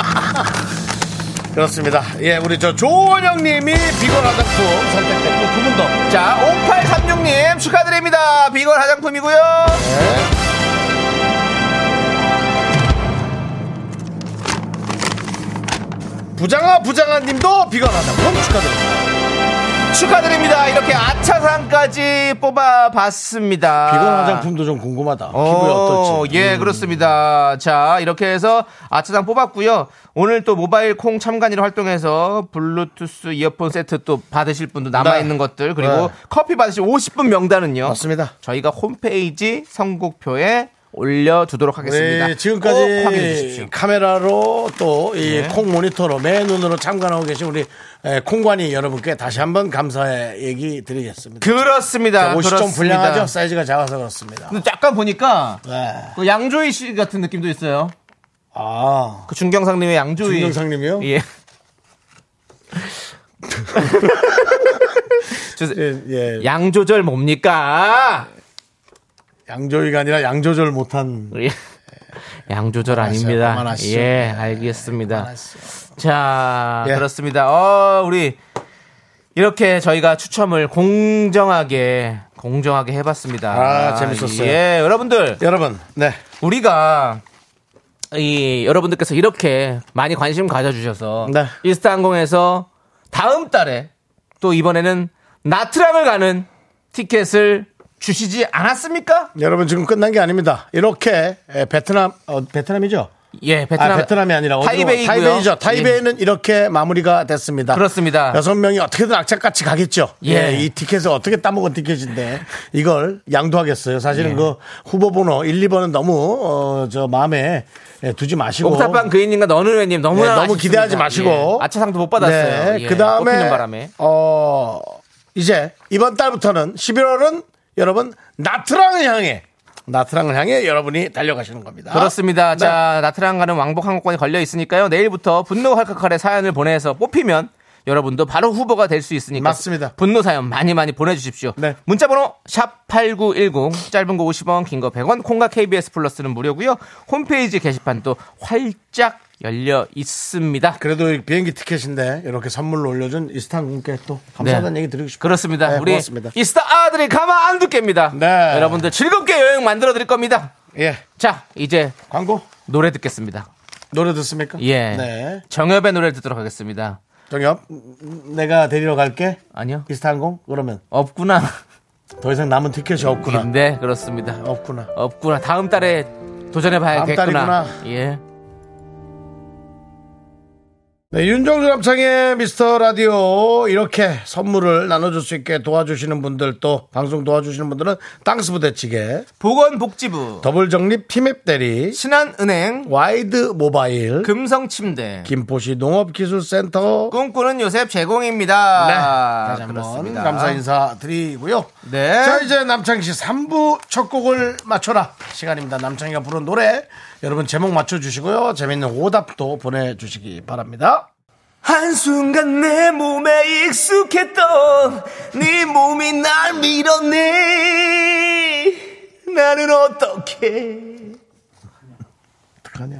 그렇습니다 예 우리 저 조원영님이 비건 화장품 선택됐고 뭐 두분더 자 5836님 축하드립니다. 비건 화장품이고요. 부장아 부장아님도 비건 화장품 축하드립니다 축하드립니다. 이렇게 아차상까지 뽑아봤습니다. 비건 화장품도 좀 궁금하다 피부에 어, 어떨지 음. 예, 그렇습니다. 자, 이렇게 해서 아차상 뽑았고요. 오늘 또 모바일 콩 참관이로 활동해서 블루투스 이어폰 세트 또 받으실 분도 남아 있는 것들 그리고 네. 커피 받으실 50분 명단은요. 맞습니다 저희가 홈페이지 선곡표에 올려두도록 하겠습니다. 네, 꼭 확인해 주십시오. 지금까지 네. 카메라로 또 이 콩 모니터로 매 눈으로 참관하고 계신 우리 에, 콩관이 여러분께 다시 한번 감사의 얘기 드리겠습니다. 아, 그렇습니다. 옷이 좀 그렇습니다. 음. 불량하죠? 사이즈가 작아서 그렇습니다. 근데 약간 보니까 네. 그 양조희 씨 같은 느낌도 있어요. 아, 그 중경상님의 양조희. 김경상님이요? 예. 주세요. 예, 예. 양조절 뭡니까? 양조위가 아니라 양조절 못한 예. 양조절 아닙니다. 그만하시죠. 예, 알겠습니다. 자, 예. 그렇습니다. 어, 우리 이렇게 저희가 추첨을 공정하게 공정하게 해봤습니다. 아, 재밌었어요. 예, 여러분들 여러분, 네. 우리가 이 여러분들께서 이렇게 많이 관심 가져주셔서 네. 이스타항공에서 다음 달에 또 이번에는 나트랑을 가는 티켓을 주시지 않았습니까? 여러분 지금 끝난 게 아닙니다. 이렇게 에, 베트남 어, 베트남이죠? 예, 베트남 아, 베트남이 아니라 어디로- 타이베이고요. 타이베이죠. 예. 타이베이는 이렇게 마무리가 됐습니다. 그렇습니다. 여섯 명이 어떻게든 악착같이 가겠죠. 예. 예. 이 티켓을 어떻게 따먹은 티켓인데 이걸 양도하겠어요. 사실은 예. 그 후보 번호 1, 2번은 너무 어, 저 마음에 예, 두지 마시고 옥탑방 그이님과 너는 왜님 너무나 네, 너무 아쉽습니다. 기대하지 마시고. 예, 아차상도 못 받았어요. 네, 예, 뽑히는 그다음에 바람에 어 이제 이번 달부터는 11월은 여러분 나트랑을 향해 나트랑을 향해 여러분이 달려가시는 겁니다. 그렇습니다. 네. 자 나트랑 가는 왕복 항공권이 걸려 있으니까요. 내일부터 분노 할카칼에 사연을 보내서 뽑히면 여러분도 바로 후보가 될 수 있으니까 맞습니다. 분노 사연 많이 많이 보내주십시오. 네. 문자번호 샵 #8910 짧은 거 50원, 긴 거 100원, 콩과 KBS 플러스는 무료고요. 홈페이지 게시판도 활짝 열려 있습니다. 그래도 이 비행기 티켓인데 이렇게 선물로 올려준 이스탄군께 또 감사하다는 네. 얘기 드리고 싶습니다. 그렇습니다. 네, 우리 고맙습니다. 이스타 아들이 가만 안 두겠습니다. 네. 여러분들 즐겁게 여행 만들어 드릴 겁니다. 예, 자, 이제 광고 노래 듣겠습니다. 노래 듣습니까? 예. 네, 정엽의 노래 듣도록 하겠습니다. 정엽, 음, 내가 데리러 갈게. 아니요. 이스탄공 그러면 없구나. 더 이상 남은 티켓이 없구나. 네, 그렇습니다. 없구나. 없구나. 다음 달에 도전해 봐야겠구나. 달이구나. 예. 네, 윤정수 남창의 미스터 라디오 이렇게 선물을 나눠줄 수 있게 도와주시는 분들 또 방송 도와주시는 분들은 땅스 부대찌개, 보건복지부, 더블 정립 티맵 대리, 신한은행, 와이드 모바일, 그 금성침대, 김포시 농업기술센터. 꿈꾸는 요셉 네, 제공입니다. 다시 한번 그렇습니다. 감사 인사 드리고요. 네. 자 이제 남창희 씨 3부 첫 곡을 맞춰라 시간입니다. 남창희가 부른 노래 여러분 제목 맞춰주시고요. 재밌는 오답도 보내주시기 바랍니다. 한순간 내 몸에 익숙했던 네 몸이 날 밀었네 나는 어떻게 어떡하냐.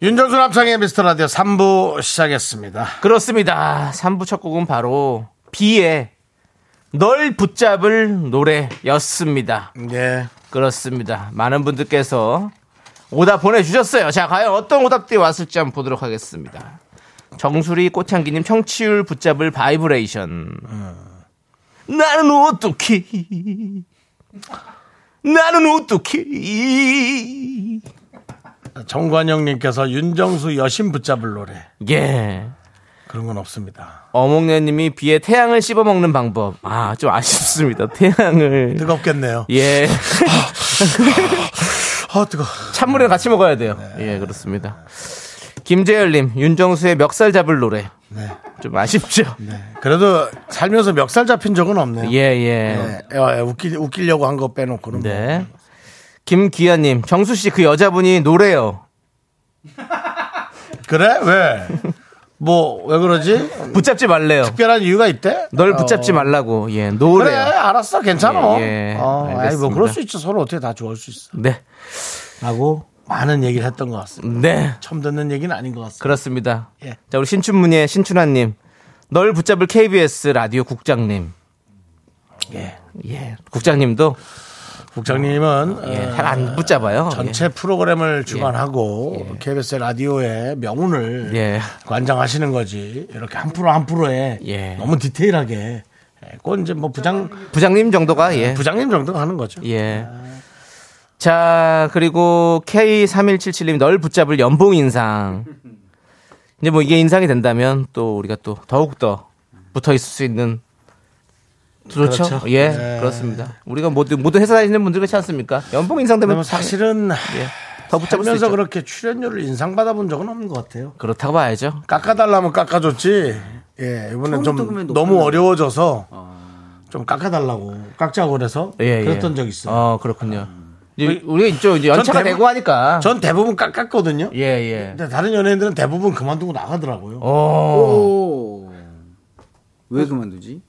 윤정수 남창의 미스터 라디오 3부 시작했습니다. 그렇습니다 3부 첫 곡은 바로 비의 널 붙잡을 노래였습니다 예. 그렇습니다. 많은 분들께서 오답 보내주셨어요. 자, 과연 어떤 오답들이 왔을지 한번 보도록 하겠습니다. 정수리 꽃향기님 청취율 붙잡을 바이브레이션. 나는 어떻게? 나는 어떻게? 정관영님께서 윤정수 여신 붙잡을 노래 예. 그런 건 없습니다. 어몽녀님이 비에 태양을 씹어 먹는 방법. 아, 좀 아쉽습니다. 태양을. 뜨겁겠네요. 예. 아 뜨거. 찬물에 같이 먹어야 돼요. 예, 그렇습니다. 김재열님, 윤정수의 멱살 잡을 노래. 좀 아쉽죠? 네, 그래도 살면서 멱살 잡힌 적은 없네요. 예, 예. 예, 예, 웃기, 웃기려고 한 거 빼놓고는. 뭐. 네. 김기아님, 정수씨 그 여자분이 노래요. 그래? 왜? 뭐, 왜 그러지? 붙잡지 말래요. 특별한 이유가 있대? 어. 널 붙잡지 말라고. 예, 그래, 노래요. 알았어, 괜찮아. 예, 예, 어, 아이, 뭐, 알겠습니다. 그럴 수 있죠. 서로 어떻게 다 좋아할 수 있어. 네. 라고 많은 얘기를 했던 것 같습니다. 네. 처음 듣는 얘기는 아닌 것 같습니다. 그렇습니다. 예. 자, 우리 신춘문예 신춘하님. 널 붙잡을 KBS 라디오 국장님. 예. 예. 국장님도 국장님은 예, 어, 잘 안 예. 붙잡아요. 전체 프로그램을 주관하고 KBS 라디오의 명운을 예. 관장하시는 거지 이렇게 한 프로 한 프로에 예. 너무 디테일하게 예, 그건 이제 뭐 부장 예. 부장님 정도가 예. 부장님 정도가 하는 거죠. 예. 자, 그리고 K3177님 널 붙잡을 연봉 인상. 이제 뭐 이게 인상이 된다면 또 우리가 또 더욱더 붙어 있을 수 있는 그렇죠. 예, 네. 그렇습니다. 우리가 모두 모두 회사 다니는 분들 그렇지 않습니까? 연봉 인상되면 그러면 사실은 예, 더 붙잡을 수 살면서 있죠. 그렇게 출연료를 인상 받아본 적은 없는 것 같아요. 그렇다고 봐야죠. 깎아달라면 깎아줬지. 예, 이번엔 좀 너무 어려워져서 좀 깎아달라고 깎자고 그래서 아. 예, 그랬던 예. 적 있어요. 아. 어, 그렇군요. 이제 우리가 있죠. 이제 연차가 전 대부- 되고 하니까. 전 네. 대부분 깎았거든요. 아. 예, 예. 근데 다른 연예인들은 대부분 그만두고 나가더라고요. 어. 오. 왜 그만두지?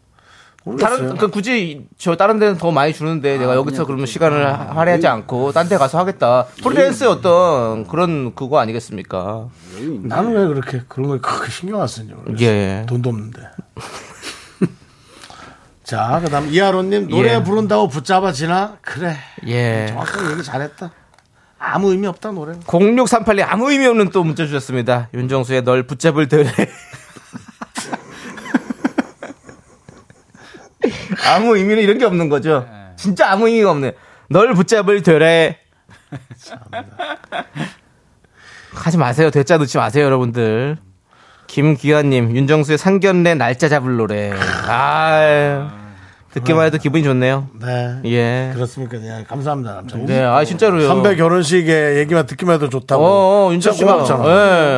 다른 아, 모르겠어요. 그 굳이 저 다른 데는 더 많이 주는데 내가 여기서 그러면 시간을 하- 할애하지 않고 딴 데 가서 하겠다. 프리랜스의 어떤 그런 그거 아니겠습니까? 나는 왜 그렇게 그런 거에 크게 신경 안 쓰는지 모르겠어요. 예. 돈도 없는데. 자, 그다음 이하로님 노래 예. 부른다고 붙잡아 지나 그래. 예. 정확하게 얘기 잘했다. 아무 의미 없다 노래. 0638이 아무 의미 없는 또 문자 주셨습니다. 윤정수의 널 붙잡을 때 아무 의미는 이런 게 없는 거죠. 진짜 아무 의미가 없네. 널 붙잡을 되래. 하지 마세요. 대자 넣지 마세요, 여러분들. 김기환님, 윤정수의 상견례 날짜 잡을 노래. 아 듣기만 해도 기분이 좋네요. 네. 예. 그렇습니까? 예, 감사합니다. 남자. 네, 아, 진짜로요. 선배 결혼식에 얘기만 듣기만 해도 좋다고. 어, 어 윤정 진짜 씨가 고맙잖아.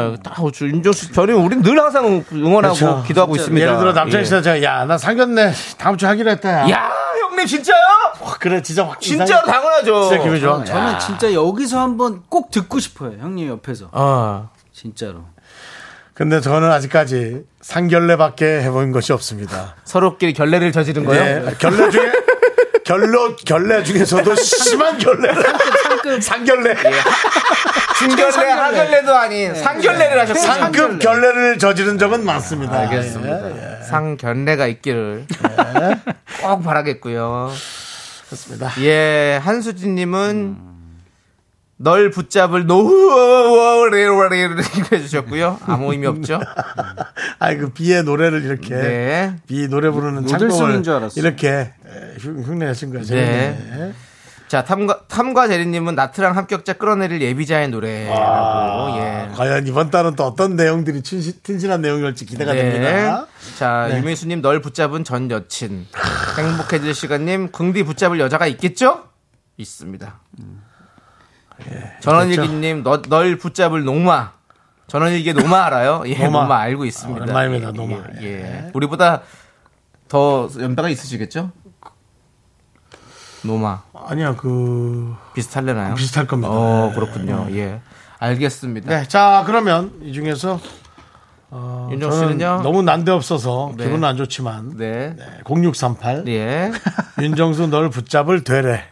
예. 다 어쩌- 윤정 씨 저는 우린 늘 항상 응원하고 그렇죠. 기도하고 있습니다. 예를 들어 남창희 씨가 제가 야 나 상견례 다음 주에 하기로 했다. 예. 야. 야, 형님 진짜요? 와, 그래 진짜 확 진짜로 당연하죠. 진짜 기분 좋아. 저는 진짜 여기서 한번 꼭 듣고 싶어요. 형님 옆에서. 어. 진짜로. 근데 저는 아직까지 상견례밖에 해본 것이 없습니다. 서로끼리 결례를 저지른 거예요? 예, 결례 중에 결로 결례 중에서도 심한 결례. 상결례. 중결례, 하결례도 아닌 예. 상결례를 하셨어요. 상급 결례를 저지른 적은 많습니다. 예. 알겠습니다. 상견례가 있기를 꼭 바라겠고요. 그렇습니다. 예, 한수진님은 널 붙잡을 노후를 해주셨고요. 아무 의미 없죠. 아이 그 비의 노래를 이렇게 네. 비 노래 부르는 창법을 노들송인 줄 알았어. 이렇게 에, 흉- 흉내내신 거예요. 네. 재밌네. 자, 탐과, 탐과 제리님은 나트랑 합격자 끌어내릴 예비자의 노래라고, 예. 아, 과연 이번 달은 또 어떤 내용들이 튼신, 튼신한 내용일지 기대가 됩니다. 네. 네. 자, 유민수님, 널 붙잡은 전 여친. 행복해질 시간님, 궁디 붙잡을 여자가 있겠죠? 있습니다. 예, 전원일기님, 너- 널 붙잡을 농마. 전원일기의 노마 알아요? 예, 노마. 아, 노마, 알고 있습니다. 오랜만입니다, 노마. 예, 네. 예. 우리보다 더 연배가 있으시겠죠? 노마. 아니야 그 비슷할려나요? 비슷할 겁니다. 어, 그렇군요. 예. 알겠습니다. 네, 자 그러면 이 중에서 윤정 저는 씨는요? 너무 난데없어서 네. 기분은 안 좋지만 네. 0638 예. 윤정수 널 붙잡을 되래.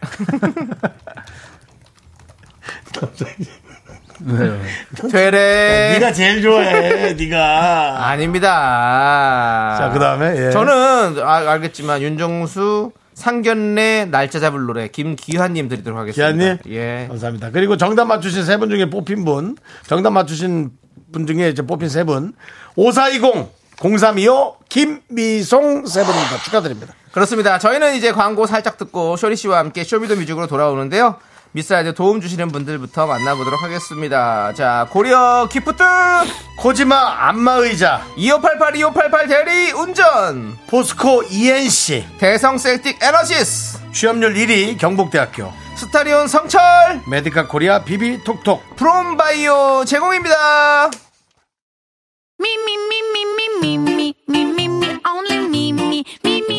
되레. 네가 제일 좋아해, 네가. 아닙니다. 자 그다음에 예. 저는 아, 알겠지만 윤정수 상견례 날짜 잡을 노래 김기환님 드리도록 하겠습니다. 기아님 어. 예. 감사합니다. 그리고 정답 맞추신 세 분 중에 뽑힌 분, 정답 맞추신 분 중에 이제 뽑힌 세 분, 5420, 0325, 김미송 세 분입니다. 축하드립니다. 그렇습니다. 저희는 이제 광고 살짝 듣고 쇼리 씨와 함께 쇼미더뮤직으로 돌아오는데요. 미스라이드 도움 주시는 분들부터 만나보도록 하겠습니다. 자 고려 기프트 코지마 안마의자, 2588 2588 대리 운전 포스코 ENC, 대성 셀틱 에너지스 취업률 1위 경북대학교, 스타리온 성철 메디카 코리아 비비톡톡, 프롬바이오 제공입니다. Me, me, me, me, me, me, me, me, me, me, only me, me, me, me.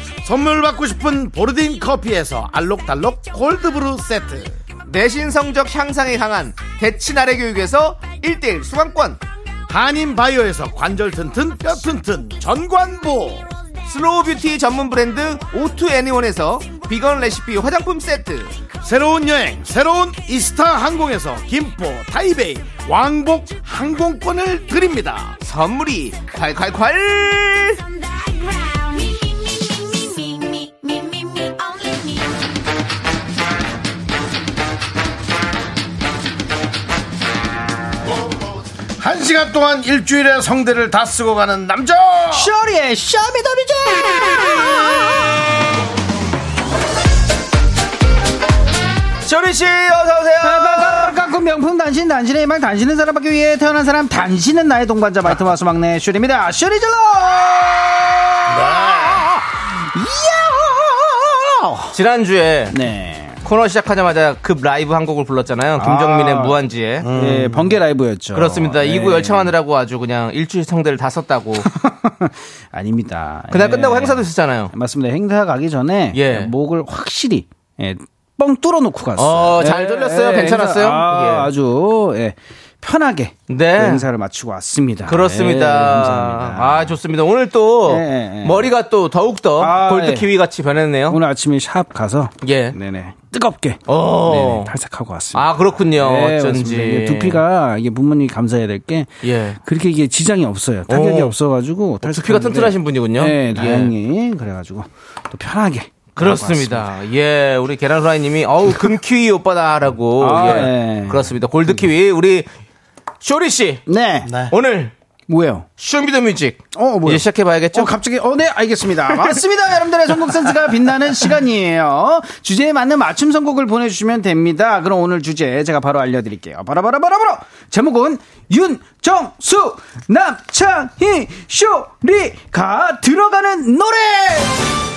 선물 받고 싶은 보르딘 커피에서 알록달록 골드브루 세트 내신 성적 향상에 강한 대치나래 교육에서 1대1 수강권 한인 바이오에서 관절 튼튼 뼈 튼튼 전관보 슬로우 뷰티 전문 브랜드 오투 애니원에서 비건 레시피 화장품 세트 새로운 여행 새로운 이스타 항공에서 김포 타이베이 왕복 항공권을 드립니다 선물이 콸콸콸 한 시간 동안 일주일의 성대를 다 쓰고 가는 남자 쇼리의 쇼미더미즈 쇼리 씨 어서 오세요. 깎은 명품 단신 단신의 희망 단신은 사람밖에 위해 태어난 사람 단신은 나의 동반자 마이트 마스 막내 쇼리입니다 쇼리 질러 이야 지난주에 네 코너 시작하자마자 급 라이브 한 곡을 불렀잖아요. 김정민의 아. 무한지에. 예, 번개 라이브였죠. 그렇습니다. 예. 이구 열창하느라고 아주 그냥 일주일 성대를 다 썼다고. 아닙니다. 그날 예. 끝나고 행사도 있었잖아요. 맞습니다. 행사 가기 전에 예. 목을 확실히 예, 뻥 뚫어놓고 갔어요. 어, 잘 들렸어요? 괜찮았어요? 행사- 아, 예. 주 예, 편하게 네. 그 행사를 마치고 왔습니다. 그렇습니다. 예, 감사합니다. 아, 좋습니다. 오늘 또 예, 예. 머리가 또 더욱더 아, 골드 예. 키위 같이 변했네요. 오늘 아침에 샵 가서 예. 네네 뜨겁게 어. 네네, 탈색하고 왔습니다. 아, 그렇군요. 네, 어쩐지. 맞습니다. 이게 두피가 이게 부모님 감사해야 될 게 예. 그렇게 이게 지장이 없어요. 타격이 오. 두피가 없어가지고 탈색하는데 튼튼하신 분이군요. 네, 예. 다행히 그래가지고 또 편하게. 그렇습니다. 예, 우리 계란 후라이님이 어우 금키위 오빠다라고. 아, 예. 예. 그렇습니다. 골드키위 우리 쇼리 씨 네. 오늘 뭐예요? 쇼미더뮤직 어, 뭐요? 이제 시작해봐야겠죠? 어, 갑자기, 어, 네, 알겠습니다. 맞습니다. 여러분들의 선곡 센스가 빛나는 시간이에요. 주제에 맞는 맞춤 선곡을 보내주시면 됩니다. 그럼 오늘 주제 제가 바로 알려드릴게요. 바로, 바로, 바로, 바로! 제목은 윤정수, 남창희, 쇼리가 들어가는 노래!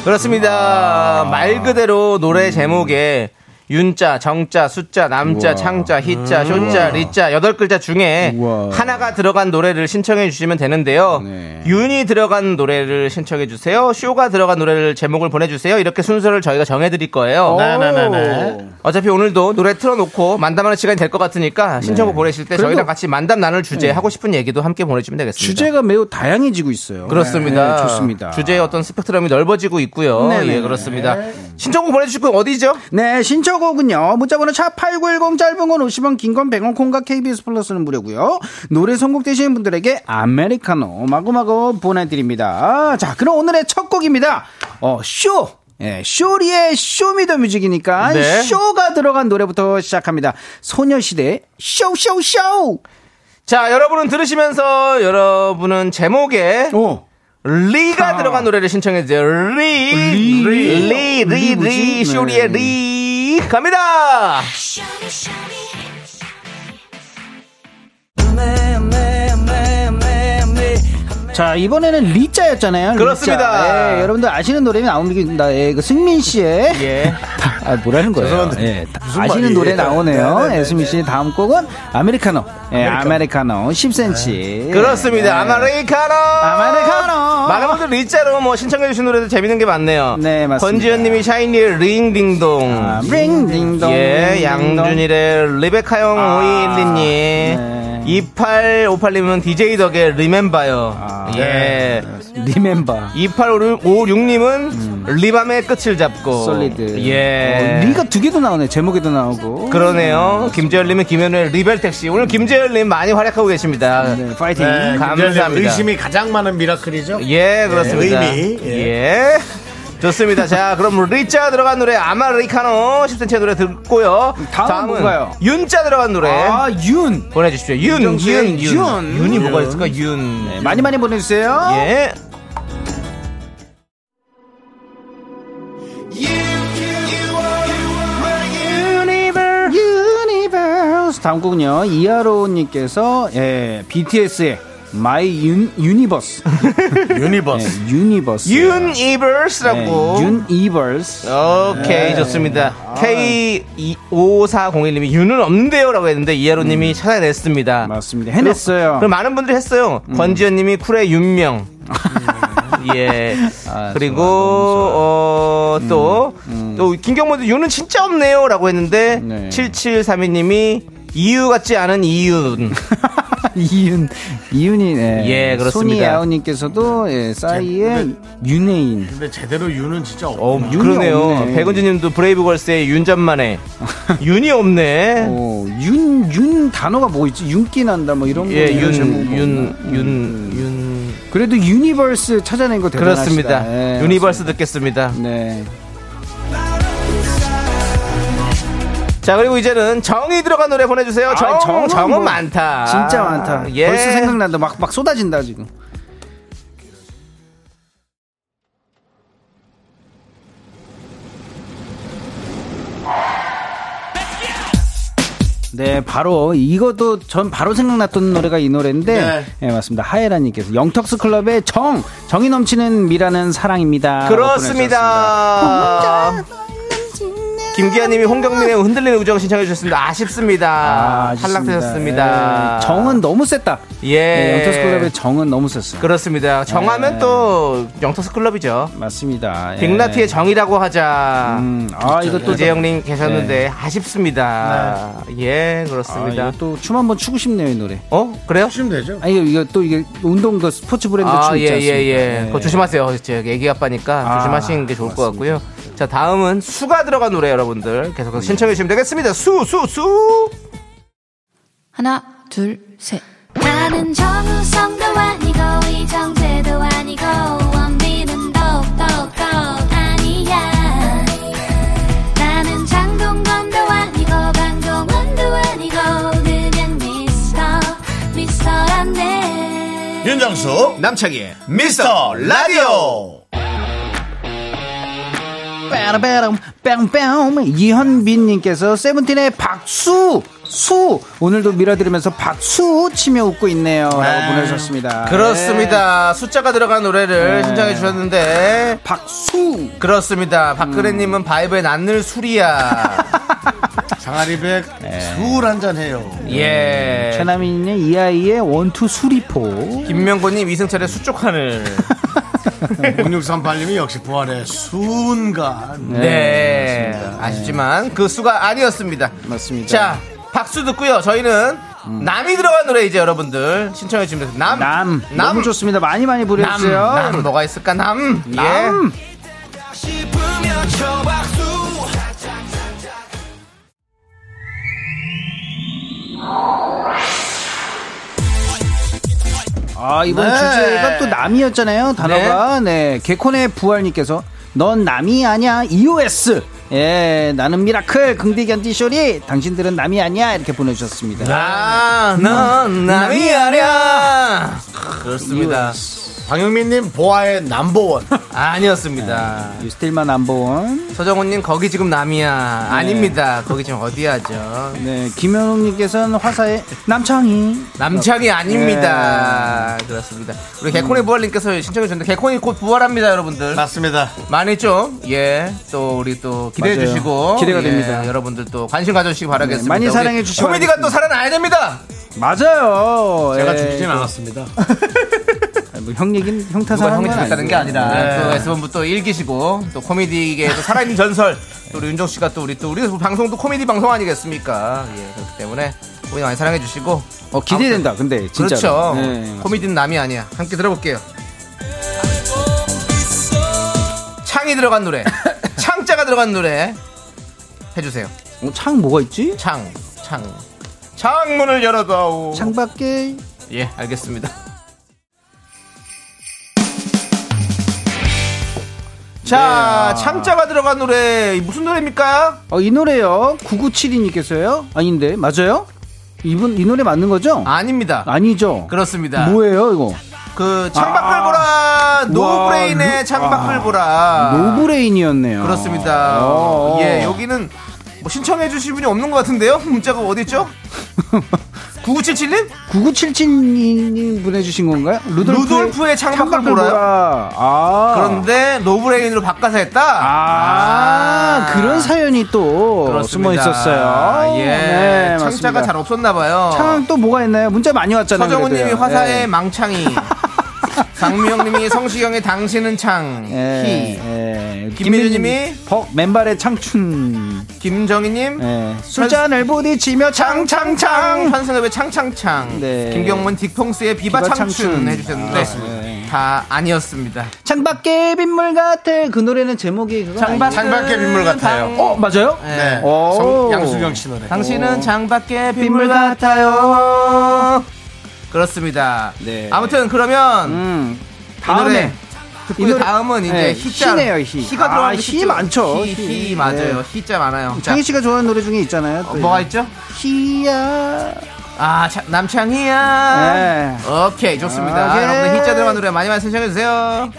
그렇습니다. 아. 말 그대로 음. 노래 제목에 윤자, 정자, 숫자, 남자, 창자, 희자, 쇼자, 리자 여덟 글자 중에 음. 우와. 하나가 들어간 노래를 신청해 주시면 되는데요. 네. 윤이 들어간 노래를 신청해 주세요. 쇼가 들어간 노래를 제목을 보내주세요. 이렇게 순서를 저희가 정해 드릴 거예요. 네, 네네네. 어차피 오늘도 노래 틀어놓고 만담하는 시간이 될 것 같으니까 신청곡 보내실 때 네. 그래도- 네. 저희랑 같이 만담 나눌 주제 하고 싶은 얘기도 함께 보내주시면 되겠습니다. 주제가 매우 다양해지고 있어요. 그렇습니다. 네, 좋습니다. 주제의 어떤 스펙트럼이 넓어지고 있고요. 네네. 예, 그렇습니다. 신청곡 보내주시고 어디죠? 네, 신청곡은요. 문자번호 샵8910 짧은 건 50원, 긴 건 100원, 콩과 KBS 플러스는 무료고요. 노래 선곡되시는 분들에게 아메리카노 마구마구 보내드립니다. 자, 그럼 오늘의 첫 곡입니다. 어, 쇼! 예, 쇼리의 쇼미더 뮤직이니까 네. 쇼가 들어간 노래부터 시작합니다. 소녀시대 쇼쇼쇼! 자, 여러분은 들으시면서 여러분은 제목에 오. 아. 리가 들어간 노래를 신청해주세요. 리, 리. 리, 리, 리, 리 뭐지? 리, 쇼리의 네. 리. 갑니다! 자, 이번에는 리자였잖아요. 그렇습니다. 리자. 예, 여러분들 아시는 노래 나옵니다. 예, 그 승민 씨의 예. 아, 뭐라는 거예요? 예, 다- 아시는 노래 나오네요. 예수민 씨의 다음 곡은 아메리카노. 예, 아메리카노. 예. 10cm. 네. 그렇습니다. 네. 아메리카노! 아메리카노. 많은 분들 리자로 뭐 신청해주신 노래도 재밌는 게 많네요. 네, 맞습니다. 아, 권지현님이 샤이니의 링딩동. 링딩동. 아, 예, 양준일의 리베카 형 오이일리님. 네. 2858님은 DJ 덕의 리멤버요. 아, 예. 리멤버. 어, 2856님은 리밤의 끝을 잡고. 음. 솔리드. 예. 어, 리가 두 개도 나오네. 제목에도 나오고. 그러네요. 김재열님은 김현우의 리벨택시. 오늘 김재열님 많이 활약하고 계십니다. 네, 파이팅. 음, 네, 감사합니다. 김재현님 의심이 가장 많은 미라클이죠. 네. 예, 그렇습니다. 네, 예, 의미, 예. 좋습니다. 자, 그럼 리자 들어간 노래 아마리카노 10cm의 노래 듣고요. 다음은 뭔가요? 윤자 들어간 노래. 아, 윤. 보내주십시오. 윤, 윤, 윤정수의 윤. 윤. 네, 윤이 뭐가 있을까? 윤. 많이 많이 보내주세요. 예. 유니버스 다음 곡은요 이하로님께서 예, BTS의 마이 윤 유니버스. 유니버스. 네, 유니버스. 네, 아. 윤이버스라고. 어. 윤이버스. 오케이 좋습니다. K5401님이 윤은 없는데요라고 했는데 이하로님이 찾아냈습니다. 음. 맞습니다. 해냈어요. 음. 그럼 많은 분들이 했어요. 권지현님이 쿨의 윤명. 예. 아, 그리고 어, 어또또 김경모도 윤은 진짜 없네요라고 했는데 음, 네. 7732님이 이유 같지 않은 이윤. 이윤 이윤이 네. 예, 그렇습니다. 손이야오님께서도 예, 싸이의 윤혜인. 네. 근데 제대로 유는 진짜 없 어, 윤이 그러네요. 없네. 백은주님도 브레이브걸스의 윤전만에 윤이 없네. 어, 윤, 윤 단어가 뭐 있지? 윤기 난다 뭐 이런 예, 거. 윤, 제목 뭐 윤, 없나? 윤, 윤. 그래도 유니버스 찾아낸 거 대단하시다. 그렇습니다. 예, 유니버스 듣겠습니다. 맞습니다. 네. 자, 그리고 이제는 정이 들어간 노래 보내주세요. 정, 정은 정은 뭐 많다. 진짜 많다. 예. 벌써 생각난다. 막, 막 쏟아진다, 지금. 네, 바로 이것도 전 바로 생각났던 노래가 이 노래인데, 네, 맞습니다. 하예라님께서 영턱스 클럽의 정 정이 넘치는 미라는 사랑입니다. 그렇습니다. 아, 김기아님이 홍경민의 흔들리는 우정 신청해 주셨습니다. 아쉽습니다. 탈락되셨습니다. 예, 정은 너무 셌다. 예. 네, 영턱스 클럽의 정은 너무 셌어요. 그렇습니다. 정하면 예. 또 영토스 클럽이죠. 맞습니다. 예. 빅나티의 정이라고 하자. 음, 아, 이것도 이재영님 계셨는데 아쉽습니다. 예, 그렇습니다. 예. 네. 아, 또춤 한번 추고 싶네요 이 노래. 어 그래요? 네. 주시면 되죠. 아 이거, 이거 또 이게 운동 그 스포츠 브랜드 춤 있지 예, 않습니까? 네. 예, 예. 그거 조심하세요. 제 애기 아빠니까 아, 조심하시는 게 좋을 것 맞습니다. 음. 같고요. 자, 다음은 수가 들어간 노래 여러분들 계속해서 신청해 주시면 되겠습니다. 수, 수, 수. 하나, 둘, 셋. 나는 정우성도 아니고 이정재도 아니고 원빈은 더욱더 아니야 나는 장동건도 아니고 방종원도 아니고 그냥 미스터 미스터란데 윤정수 남창희 미스터 라디오. 빼라빼람 뺑뺑 이현빈님께서 세븐틴의 박수 수 오늘도 밀어드리면서 박수 치며 웃고 있네요라고 보내주셨습니다. 그렇습니다. 네. 숫자가 들어간 노래를 아, 네. 신청해 주셨는데 박수 그렇습니다. 박그레님은 음. 바이브의 난늘 술이야. 장아리백 네. 술 한잔 해요. 예. 음, 최남인의 이 아이의 원투 수리포 김명곤님 이승철의 수쪽 하늘. 0638님이 역시 부활의 순간. 네. 아쉽지만 그 수가 아니었습니다. 맞습니다. 음. 자, 박수 듣고요. 저희는 남이 들어간 노래 이제 여러분들 신청해 주시면 됩니다. 남. 남, 남. 너무 좋습니다. 많이 많이 남. 보내주세요. 남. 뭐가 있을까? 남. 음. 남. 예. 아 이번 네. 주제가 또 남이었잖아요 단어가 네, 개콘의 부활님께서 넌 남이 아니야 EOS 예 나는 미라클 긍디견디 쇼리 당신들은 남이 아니야 이렇게 네. 보내주셨습니다 아, 넌 남이 아니야. 그렇습니다. 방영민님 보아의 남보원. 아니었습니다. 네. 유스틸만 안보원 서정훈님 거기 지금 남이야. 아닙니다. 거기 지금 어디야죠? 네 김현웅님께서는 화사의 남창희 네. 남창이 아닙니다. 그렇습니다. 우리 개콘의 음. 부활님께서 신청해 주셨는데 개콘이 곧 부활합니다, 여러분들. 아. 맞습니다. 많이 좀, 예, 또, 우리 또, 기대해 맞아요. 주시고. 기대가 예, 됩니다. 네, 여러분들 또, 관심 가져주시기 바라겠습니다. 많이 우리 사랑해 주시기 코미디가 또 살아나야 됩니다! 맞아요 제가 예, 죽이진 않았습니다. 뭐형 얘기는 형 누가 탓하는 형이 건 네. 죽였다는 게 아니고 아니라, 예. 또, S본부 네, 뭐 또 일기시고, 또, 코미디계에 또 살아있는 전설, 또, 우리 윤정 씨가 또, 우리 또, 우리 방송도 코미디 방송 아니겠습니까? 예, 그렇기 때문에, 우리 많이 사랑해 주시고. 어 기대된다 근데 네. 진짜 그렇죠. 코미디는 남이 아니야. 함께 들어볼게요. 창이 들어간 노래, 창자가 들어간 노래, 해주세요. 어, 창 뭐가 있지 창, 창. 창문을 열어다오. 창밖에 예, 알겠습니다. 자, 창자가 들어간 노래, 무슨 노래입니까? 어, 이 노래요. 9972님께서요? 아닌데, 맞아요? 이분, 이 노래 맞는 거죠? 아닙니다. 아니죠? 그렇습니다. 뭐예요, 이거? 그, 창밖을 아. 보라, 노브레인의 창밖을 보라. 노브레인이었네요. 아. 그렇습니다. 어. 예, 여기는 뭐 신청해주실 분이 없는 것 같은데요? 문자가 어디 있죠? 9977님? 9977님 보내주신 건가요? 루돌프의, 루돌프의 창밖을 보라요? 보라. 아. 그런데 노브레인으로 바꿔서 했다? 아, 그런 사연이 또 그렇습니다. 숨어 있었어요. 예. 네, 창자가 맞습니다. 잘 없었나봐요. 창, 또 뭐가 있나요? 문자 많이 왔잖아요. 어. 서정훈님이 그래도요. 화사의 예. 망창이. 장미영님이 성시경의 당신은 창. 예. 희. 예. 김민주님이 벅 맨발의 창춘. 김정희님. 예. 술잔을 부딪히며 창창창 창창창. 환승엽의 창창창 네. 김경문 딕펑스의 비바창춘 비바창춘. 해주셨는데 아, 네. 다 아니었습니다 창밖에 빗물 같아. 그 노래는 제목이 그거 아니에요? 창밖에 빗물 같아요. 어, 맞아요? 네. 오. 성- 양수경 씨 노래. 당신은 장밖에 빗물 빗물 같아요 그렇습니다 네. 아무튼 그러면 음. 이 노래 다음에 듣고 이 노래- 다음은 이제 네, 희자 희네요, 희. 희가 아, 들어가는 희 많죠, 희, 희. 희 맞아요 네. 희자 많아요 자, 창희 씨가 좋아하는 노래 중에 있잖아요. 어, 또 뭐가 이제. 있죠? 희야. 아 자, 남창희야 네. 오케이 좋습니다 오케이. 여러분들 희자 들어간 노래 많이 많이 신청해주세요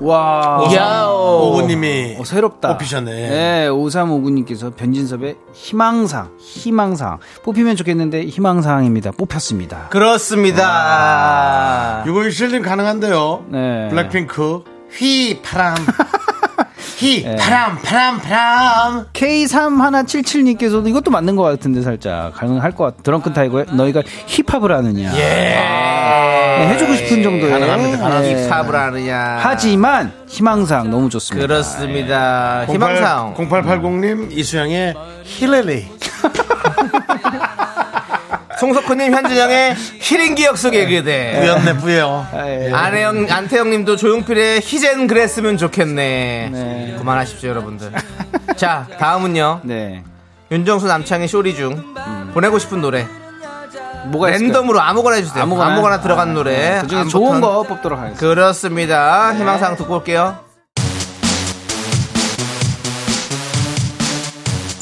와. 야오 오구님이 어, 새롭다. 뽑히셨네. 네, 5359님께서 변진섭의 희망상, 희망상. 뽑히면 좋겠는데 희망상입니다. 뽑혔습니다. 그렇습니다. 6517님 아. 가능한데요. 네. 블랙핑크 휘 파람 휘 네. 예. 파람 파람 파람 K3177님께서도 이것도 맞는 것 같은데 살짝 가능할 것 같아. 드렁큰 타이거의 너희가 힙합을 하느냐. 예. 예. 아. 네, 해주고 싶은 정도의. 가능합니다, 가능합니다. 네. 힙합을 하느냐. 하지만 희망상 너무 좋습니다. 그렇습니다. 네. 희망상. 0880님 이수영의 힐레리 송석훈님, 현진영의 힐링 기억 속의 그대. 뿌였네 뿌요 아, 예. 예. 안혜영, 안태영님도 조용필의 희젠 그랬으면 좋겠네. 그만하십시오, 여러분들. 자, 다음은요. 네. 윤정수 남창의 쇼리 중 보내고 싶은 노래. 뭐가 있을까요? 네, 랜덤으로 아무거나 해주세요. 아무거나, 아무거나? 네, 들어간 노래. 그중에 아무튼 좋은 거 네. 뽑도록 하겠습니다. 그렇습니다. 희망상 듣고 올게요.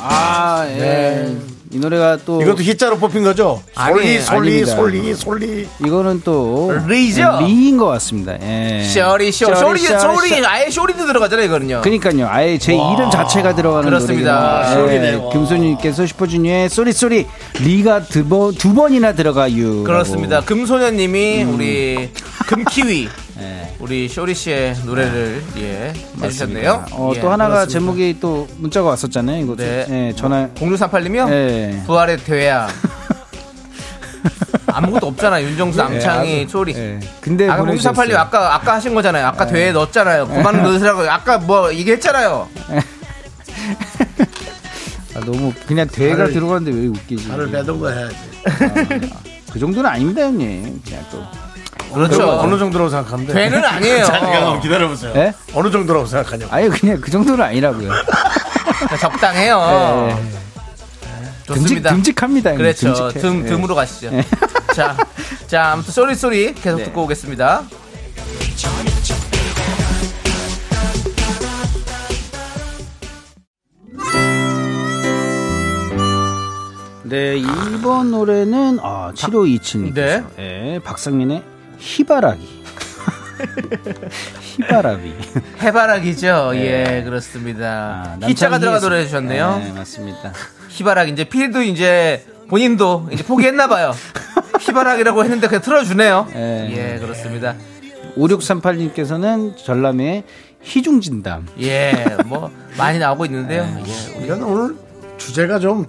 아, 예. 이 노래가 또 이것도 히자로 뽑힌 거죠? 아니, 솔리 솔리 네. 아닙니다. 솔리 솔리 이거는 또 리죠? 리인 것 같습니다. 예. 쇼리 쇼 쇼리 쇼리, 쇼리 쇼리. 아예 쇼리도 들어가잖아요 이거는요. 그러니까요. 아예 제 이름 자체가 들어가는 그렇습니다. 노래입니다. 예, 김소님께서 슈퍼주니어의 쏘리 쏘리 리가 두, 번, 두 번이나 들어가유. 그렇습니다. 금소년님이 음. 우리 금키위 예. 우리 쇼리 씨의 노래를 예 해주셨네요. 어, 예, 또 하나가 그렇습니다. 제목이 또 문자가 왔었잖아요. 이거 네. 어. 예, 전화. 0638님이요. 예. 부활의 대회야. 아무것도 없잖아 윤정수 남창희 쇼리. 예. 근데 아까 네, 보내주셨어요. 네. 0638님 아까 아까 하신 거잖아요. 아까 대회 넣었잖아요. 그만 넣으시라고 아까 뭐 얘기했잖아요. 아, 너무 그냥 대가 들어가는데 왜 웃기지? 나를 내던 거 해야지 그 정도는 아닙니다, 형님. 그냥 또. 그렇죠. 어느 정도라고 생각하는데 대는 아니에요. 잠깐 기다려보세요 예? 어느 정도라고 생각하냐고 아예 그냥 그 정도는 아니라고요. 적당해요. 예. 듬직, 아, 좋습니다. 듬직합니다. 형님. 그렇죠. 듬직해. 듬, 예. 듬으로 가시죠. 자, 자, 아무튼 쏘리 쏘리 계속 네. 듣고 오겠습니다. 네, 이번 노래는 아, 7527님. 네. 네. 예, 박상민의 희바라기. 희바라기. 해바라기죠. 예, 그렇습니다. 네. 아, 남창희의 희자가 들어가 소- 노래 해주셨네요. 네, 맞습니다. 희바라기 이제 필도 이제 본인도 이제 포기했나 봐요. 희바라기라고 했는데 그냥 틀어주네요. 예. 예, 그렇습니다. 5638님께서는 전람회의 희중진담. 예, 뭐 많이 나오고 있는데요. 예, 우리- 이건 오늘 주제가 좀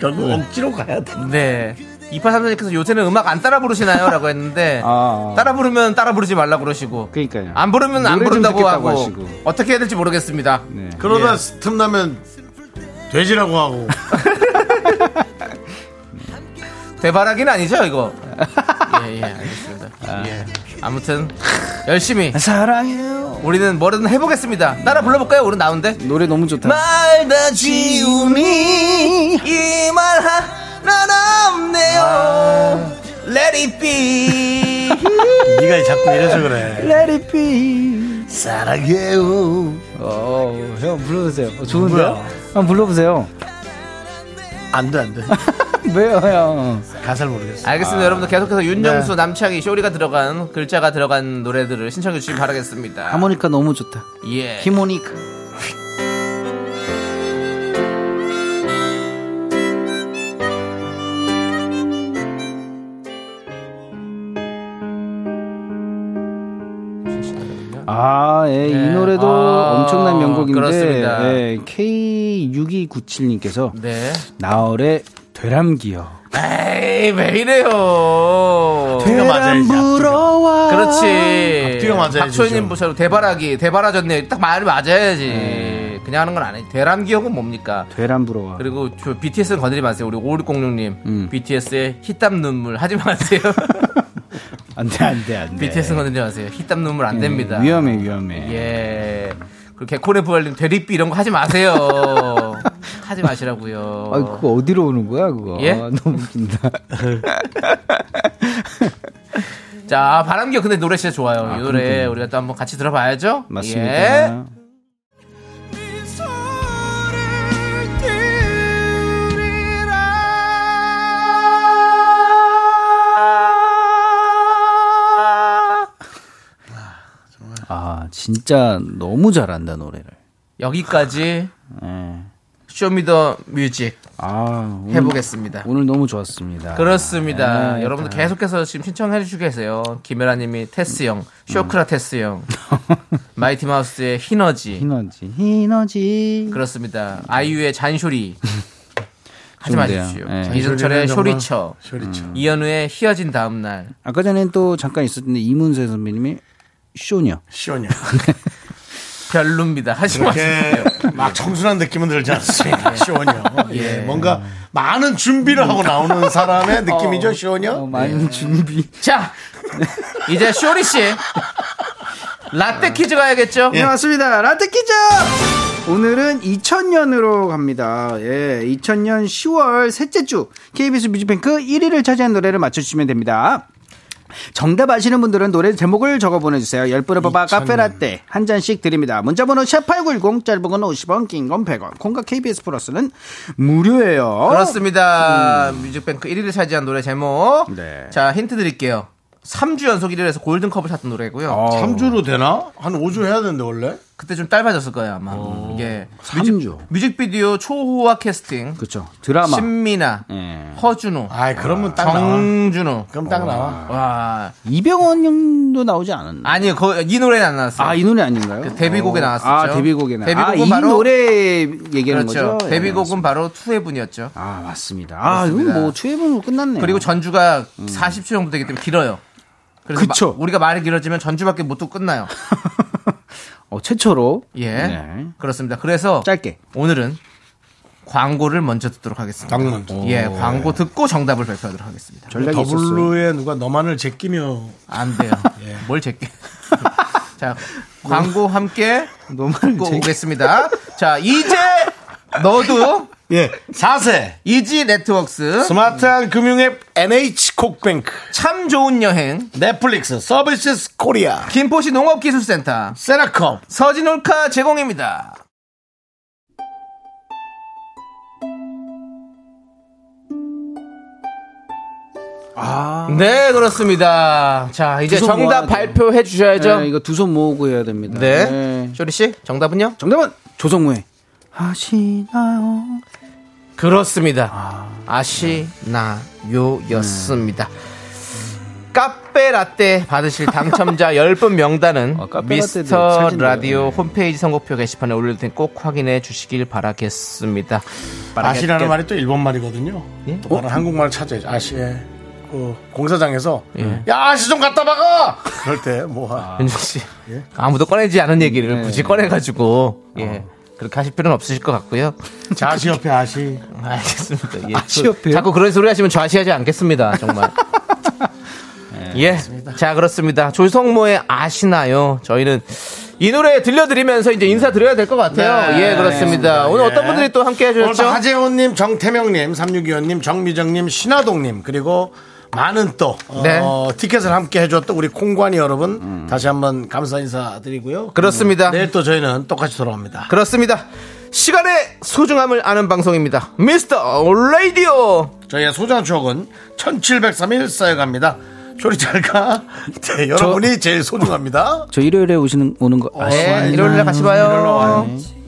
결국 억지로 가야 돼 네. 2834님께서 요새는 음악 안 따라 부르시나요? 라고 했는데 아, 아. 따라 부르면 따라 부르지 말라고 그러시고 그러니까요. 안 부르면 안 노래 좀 부른다고 듣겠다고 하고 하시고. 어떻게 해야 될지 모르겠습니다. 네. 그러다 틈나면 돼지라고 하고 대바라기는 아니죠 이거. 예예 알겠습니다. 예. 아무튼 열심히 사랑해요. 우리는 뭐든 해보겠습니다. 따라 불러볼까요? 우리 나운데. 노래 너무 좋다. 말다 지움이 이 말 하나 남네요. Let it be. 네가 자꾸 이래서 그래 Let it be. 사랑해요 어, 형 불러보세요. 어, 좋은데요? 한번 불러보세요. 안돼 안돼 왜요, 형? 가사를 모르겠어 알겠습니다. 여러분들 계속해서 윤정수, 남창희, 쇼리가 들어간 글자가 들어간 노래들을 신청해 주시기 바라겠습니다. 하모니카 너무 좋다. 예. 히모니카. 아, 예, 이 네. 노래도 아, 엄청난 그렇습니다. 명곡인데 예, K6297님께서 네. 나얼의 되람기요. 에이, 왜 이래요. 되람 부러워. 그렇지. 앞뒤가 맞아야지, 박초연님 좀. 부사로 대바라기, 대바라졌네. 딱 말을 맞아야지. 그냥 하는 건 아니지. 대란 기억은 뭡니까? 되람 부러워. 그리고 저 BTS는 건드리지 마세요. 우리 5606님. BTS의 히땀 눈물 하지 마세요. 안돼 안돼 안돼. BTS는 건드리지 마세요. 히땀 눈물 안 됩니다. 예. 위험해 위험해. 예. 그리고 개코네 부활님 대립비 이런 거 하지 마세요. 하지 마시라고요. 아, 그거 어디로 오는 거야 그거? 예? 아, 너무 웃긴다. 자, 바람기어 근데 노래 진짜 좋아요. 이 노래 우리가 또 한번 같이 들어봐야죠. 예. 맞습니다. 아 진짜 너무 잘한다 노래를. 여기까지 예. 쇼미더 뮤직 아 오늘, 해보겠습니다. 오늘 너무 좋았습니다. 그렇습니다. 예, 여러분들 계속해서 지금 신청해 주시고 계세요. 김혜라 님이 테스 형, 쇼크라테스 형, 마이티 마우스의 히너지. 희너지 희너지. 그렇습니다. 아이유의 잔쇼리. 하지 좋은데요. 마십시오. 예. 이승철의 잔쇼리는 쇼리처. 쇼리처. 이현우의 휘어진 다음날. 아까 전에 또 잠깐 있었는데 이문세 선배님이 쇼녀. 시원이야. 별루입니다. 하지 마세요. 이렇게 막 청순한 느낌은 들지 않습니다. 시원이요. 예. 예. 뭔가 많은 준비를 하고 나오는 사람의 느낌이죠, 시원이요. 많은 준비. 네. 네. 자, 이제 쇼리 씨 라떼 퀴즈 가야겠죠? 네, 맞습니다. 라떼 퀴즈! 오늘은 2000년으로 갑니다. 예, 2000년 10월 셋째 주 KBS 뮤직뱅크 1위를 차지한 노래를 맞춰주시면 됩니다. 정답 아시는 분들은 노래 제목을 적어 보내주세요. 10분을 뽑아 카페라떼 한 잔씩 드립니다. 문자번호 샵8910 짧은 건 50원, 긴 건 100원. 콩과 KBS 플러스는 무료예요. 그렇습니다. 뮤직뱅크 1위를 차지한 노래 제목. 네. 자, 힌트 드릴게요. 3주 연속 1위를 해서 골든컵을 탔던 노래고요. 어. 3주로 되나? 한 5주 해야 되는데, 원래? 그때 좀 짧아졌을 거예요, 아마. 예. 3주. 뮤직비디오 초호화 캐스팅. 그렇죠. 드라마. 신미나, 예. 허준호, 아이, 그러면 딱 나와. 정준호. 그럼 딱 나와. 와. 이병헌 형도 나오지 않았나? 아니요, 거- 이 노래는 안 나왔어요. 아, 이 노래 아닌가요? 그 데뷔곡에 어. 나왔었죠. 아, 데뷔곡에 나왔 데뷔곡은 아, 이 바로- 노래 얘기하는 그렇죠. 거죠? 예, 데뷔곡은 바로 투의 분이었죠. 아, 맞습니다. 아, 그렇습니다. 이건 뭐 최애분으로 끝났네요. 그리고 전주가 40초 정도 되기 때문에 길어요. 그래서 그쵸. 마- 우리가 말이 길어지면 전주밖에 못 듣고 끝나요. 어, 최초로 예. 네. 그렇습니다. 그래서 짧게. 오늘은 광고를 먼저 듣도록 하겠습니다. 광고 먼저. 예, 광고 듣고 정답을 발표하도록 하겠습니다. 전략이 있었어요. 더블루에 누가 너만을 제끼며 안 돼요. 예. 뭘 제껴. 자, 광고 함께 너만을 듣고 제껴. 오겠습니다. 자, 이제 너도 예 4세 이지 네트워크스 스마트한 금융앱 NH콕뱅크 참 좋은 여행 넷플릭스 서비스 코리아 김포시 농업기술센터 세라컴 서진올카 제공입니다. 네, 그렇습니다. 자, 이제 두손 정답 모아야죠. 발표해 주셔야죠. 네, 이거 두 손 모으고 해야 됩니다. 네. 네. 쇼리 씨, 정답은요? 정답은 조성우의 아시나요? 아, 그렇습니다. 네. 아시나요였습니다. 카페 라떼 받으실 당첨자 10분 명단은 아, 카페 라떼도 미스터 사진도 라디오 홈페이지 선곡표 게시판에 올릴 테니 꼭 확인해 주시길 바라겠습니다. 아시라는 말이 또 일본 말이거든요 예? 또 다른 한국말을 찾아야죠 아시 그 어? 공사장에서 야 아시 좀 갖다 박아 아. 그럴 때뭐 아. 윤정 씨 예? 아무도 꺼내지 않은 네. 얘기를 굳이 꺼내가지고 예 아. 그렇게 하실 필요는 없으실 것 같고요. 자시 옆에 아시 알겠습니다. 예. 취업해요? 자꾸 그런 소리 하시면 좌시하지 않겠습니다. 정말. 예. 자, 그렇습니다. 조성모의 아시나요? 저희는 이 노래 들려드리면서 이제 인사드려야 될 것 같아요. 네, 예, 그렇습니다. 오늘 어떤 예. 분들이 또 함께 오늘 또 해주셨죠? 하재훈님 정태명님 3625님 정미정님 신하동님 그리고 많은 또 어, 네. 티켓을 함께 해줬던 우리 콩관이 여러분 다시 한번 감사 인사드리고요 그렇습니다. 내일 또 저희는 똑같이 돌아옵니다 그렇습니다. 시간의 소중함을 아는 방송입니다. 미스터 라디오! 저희의 소중한 추억은 1703일 쌓여갑니다. 소리 잘 가. 네, 여러분이 제일 소중합니다. 저 일요일에 오시는 오는 거 네, 아시나요? 일요일날 같이 봐요. 일요일로 와요.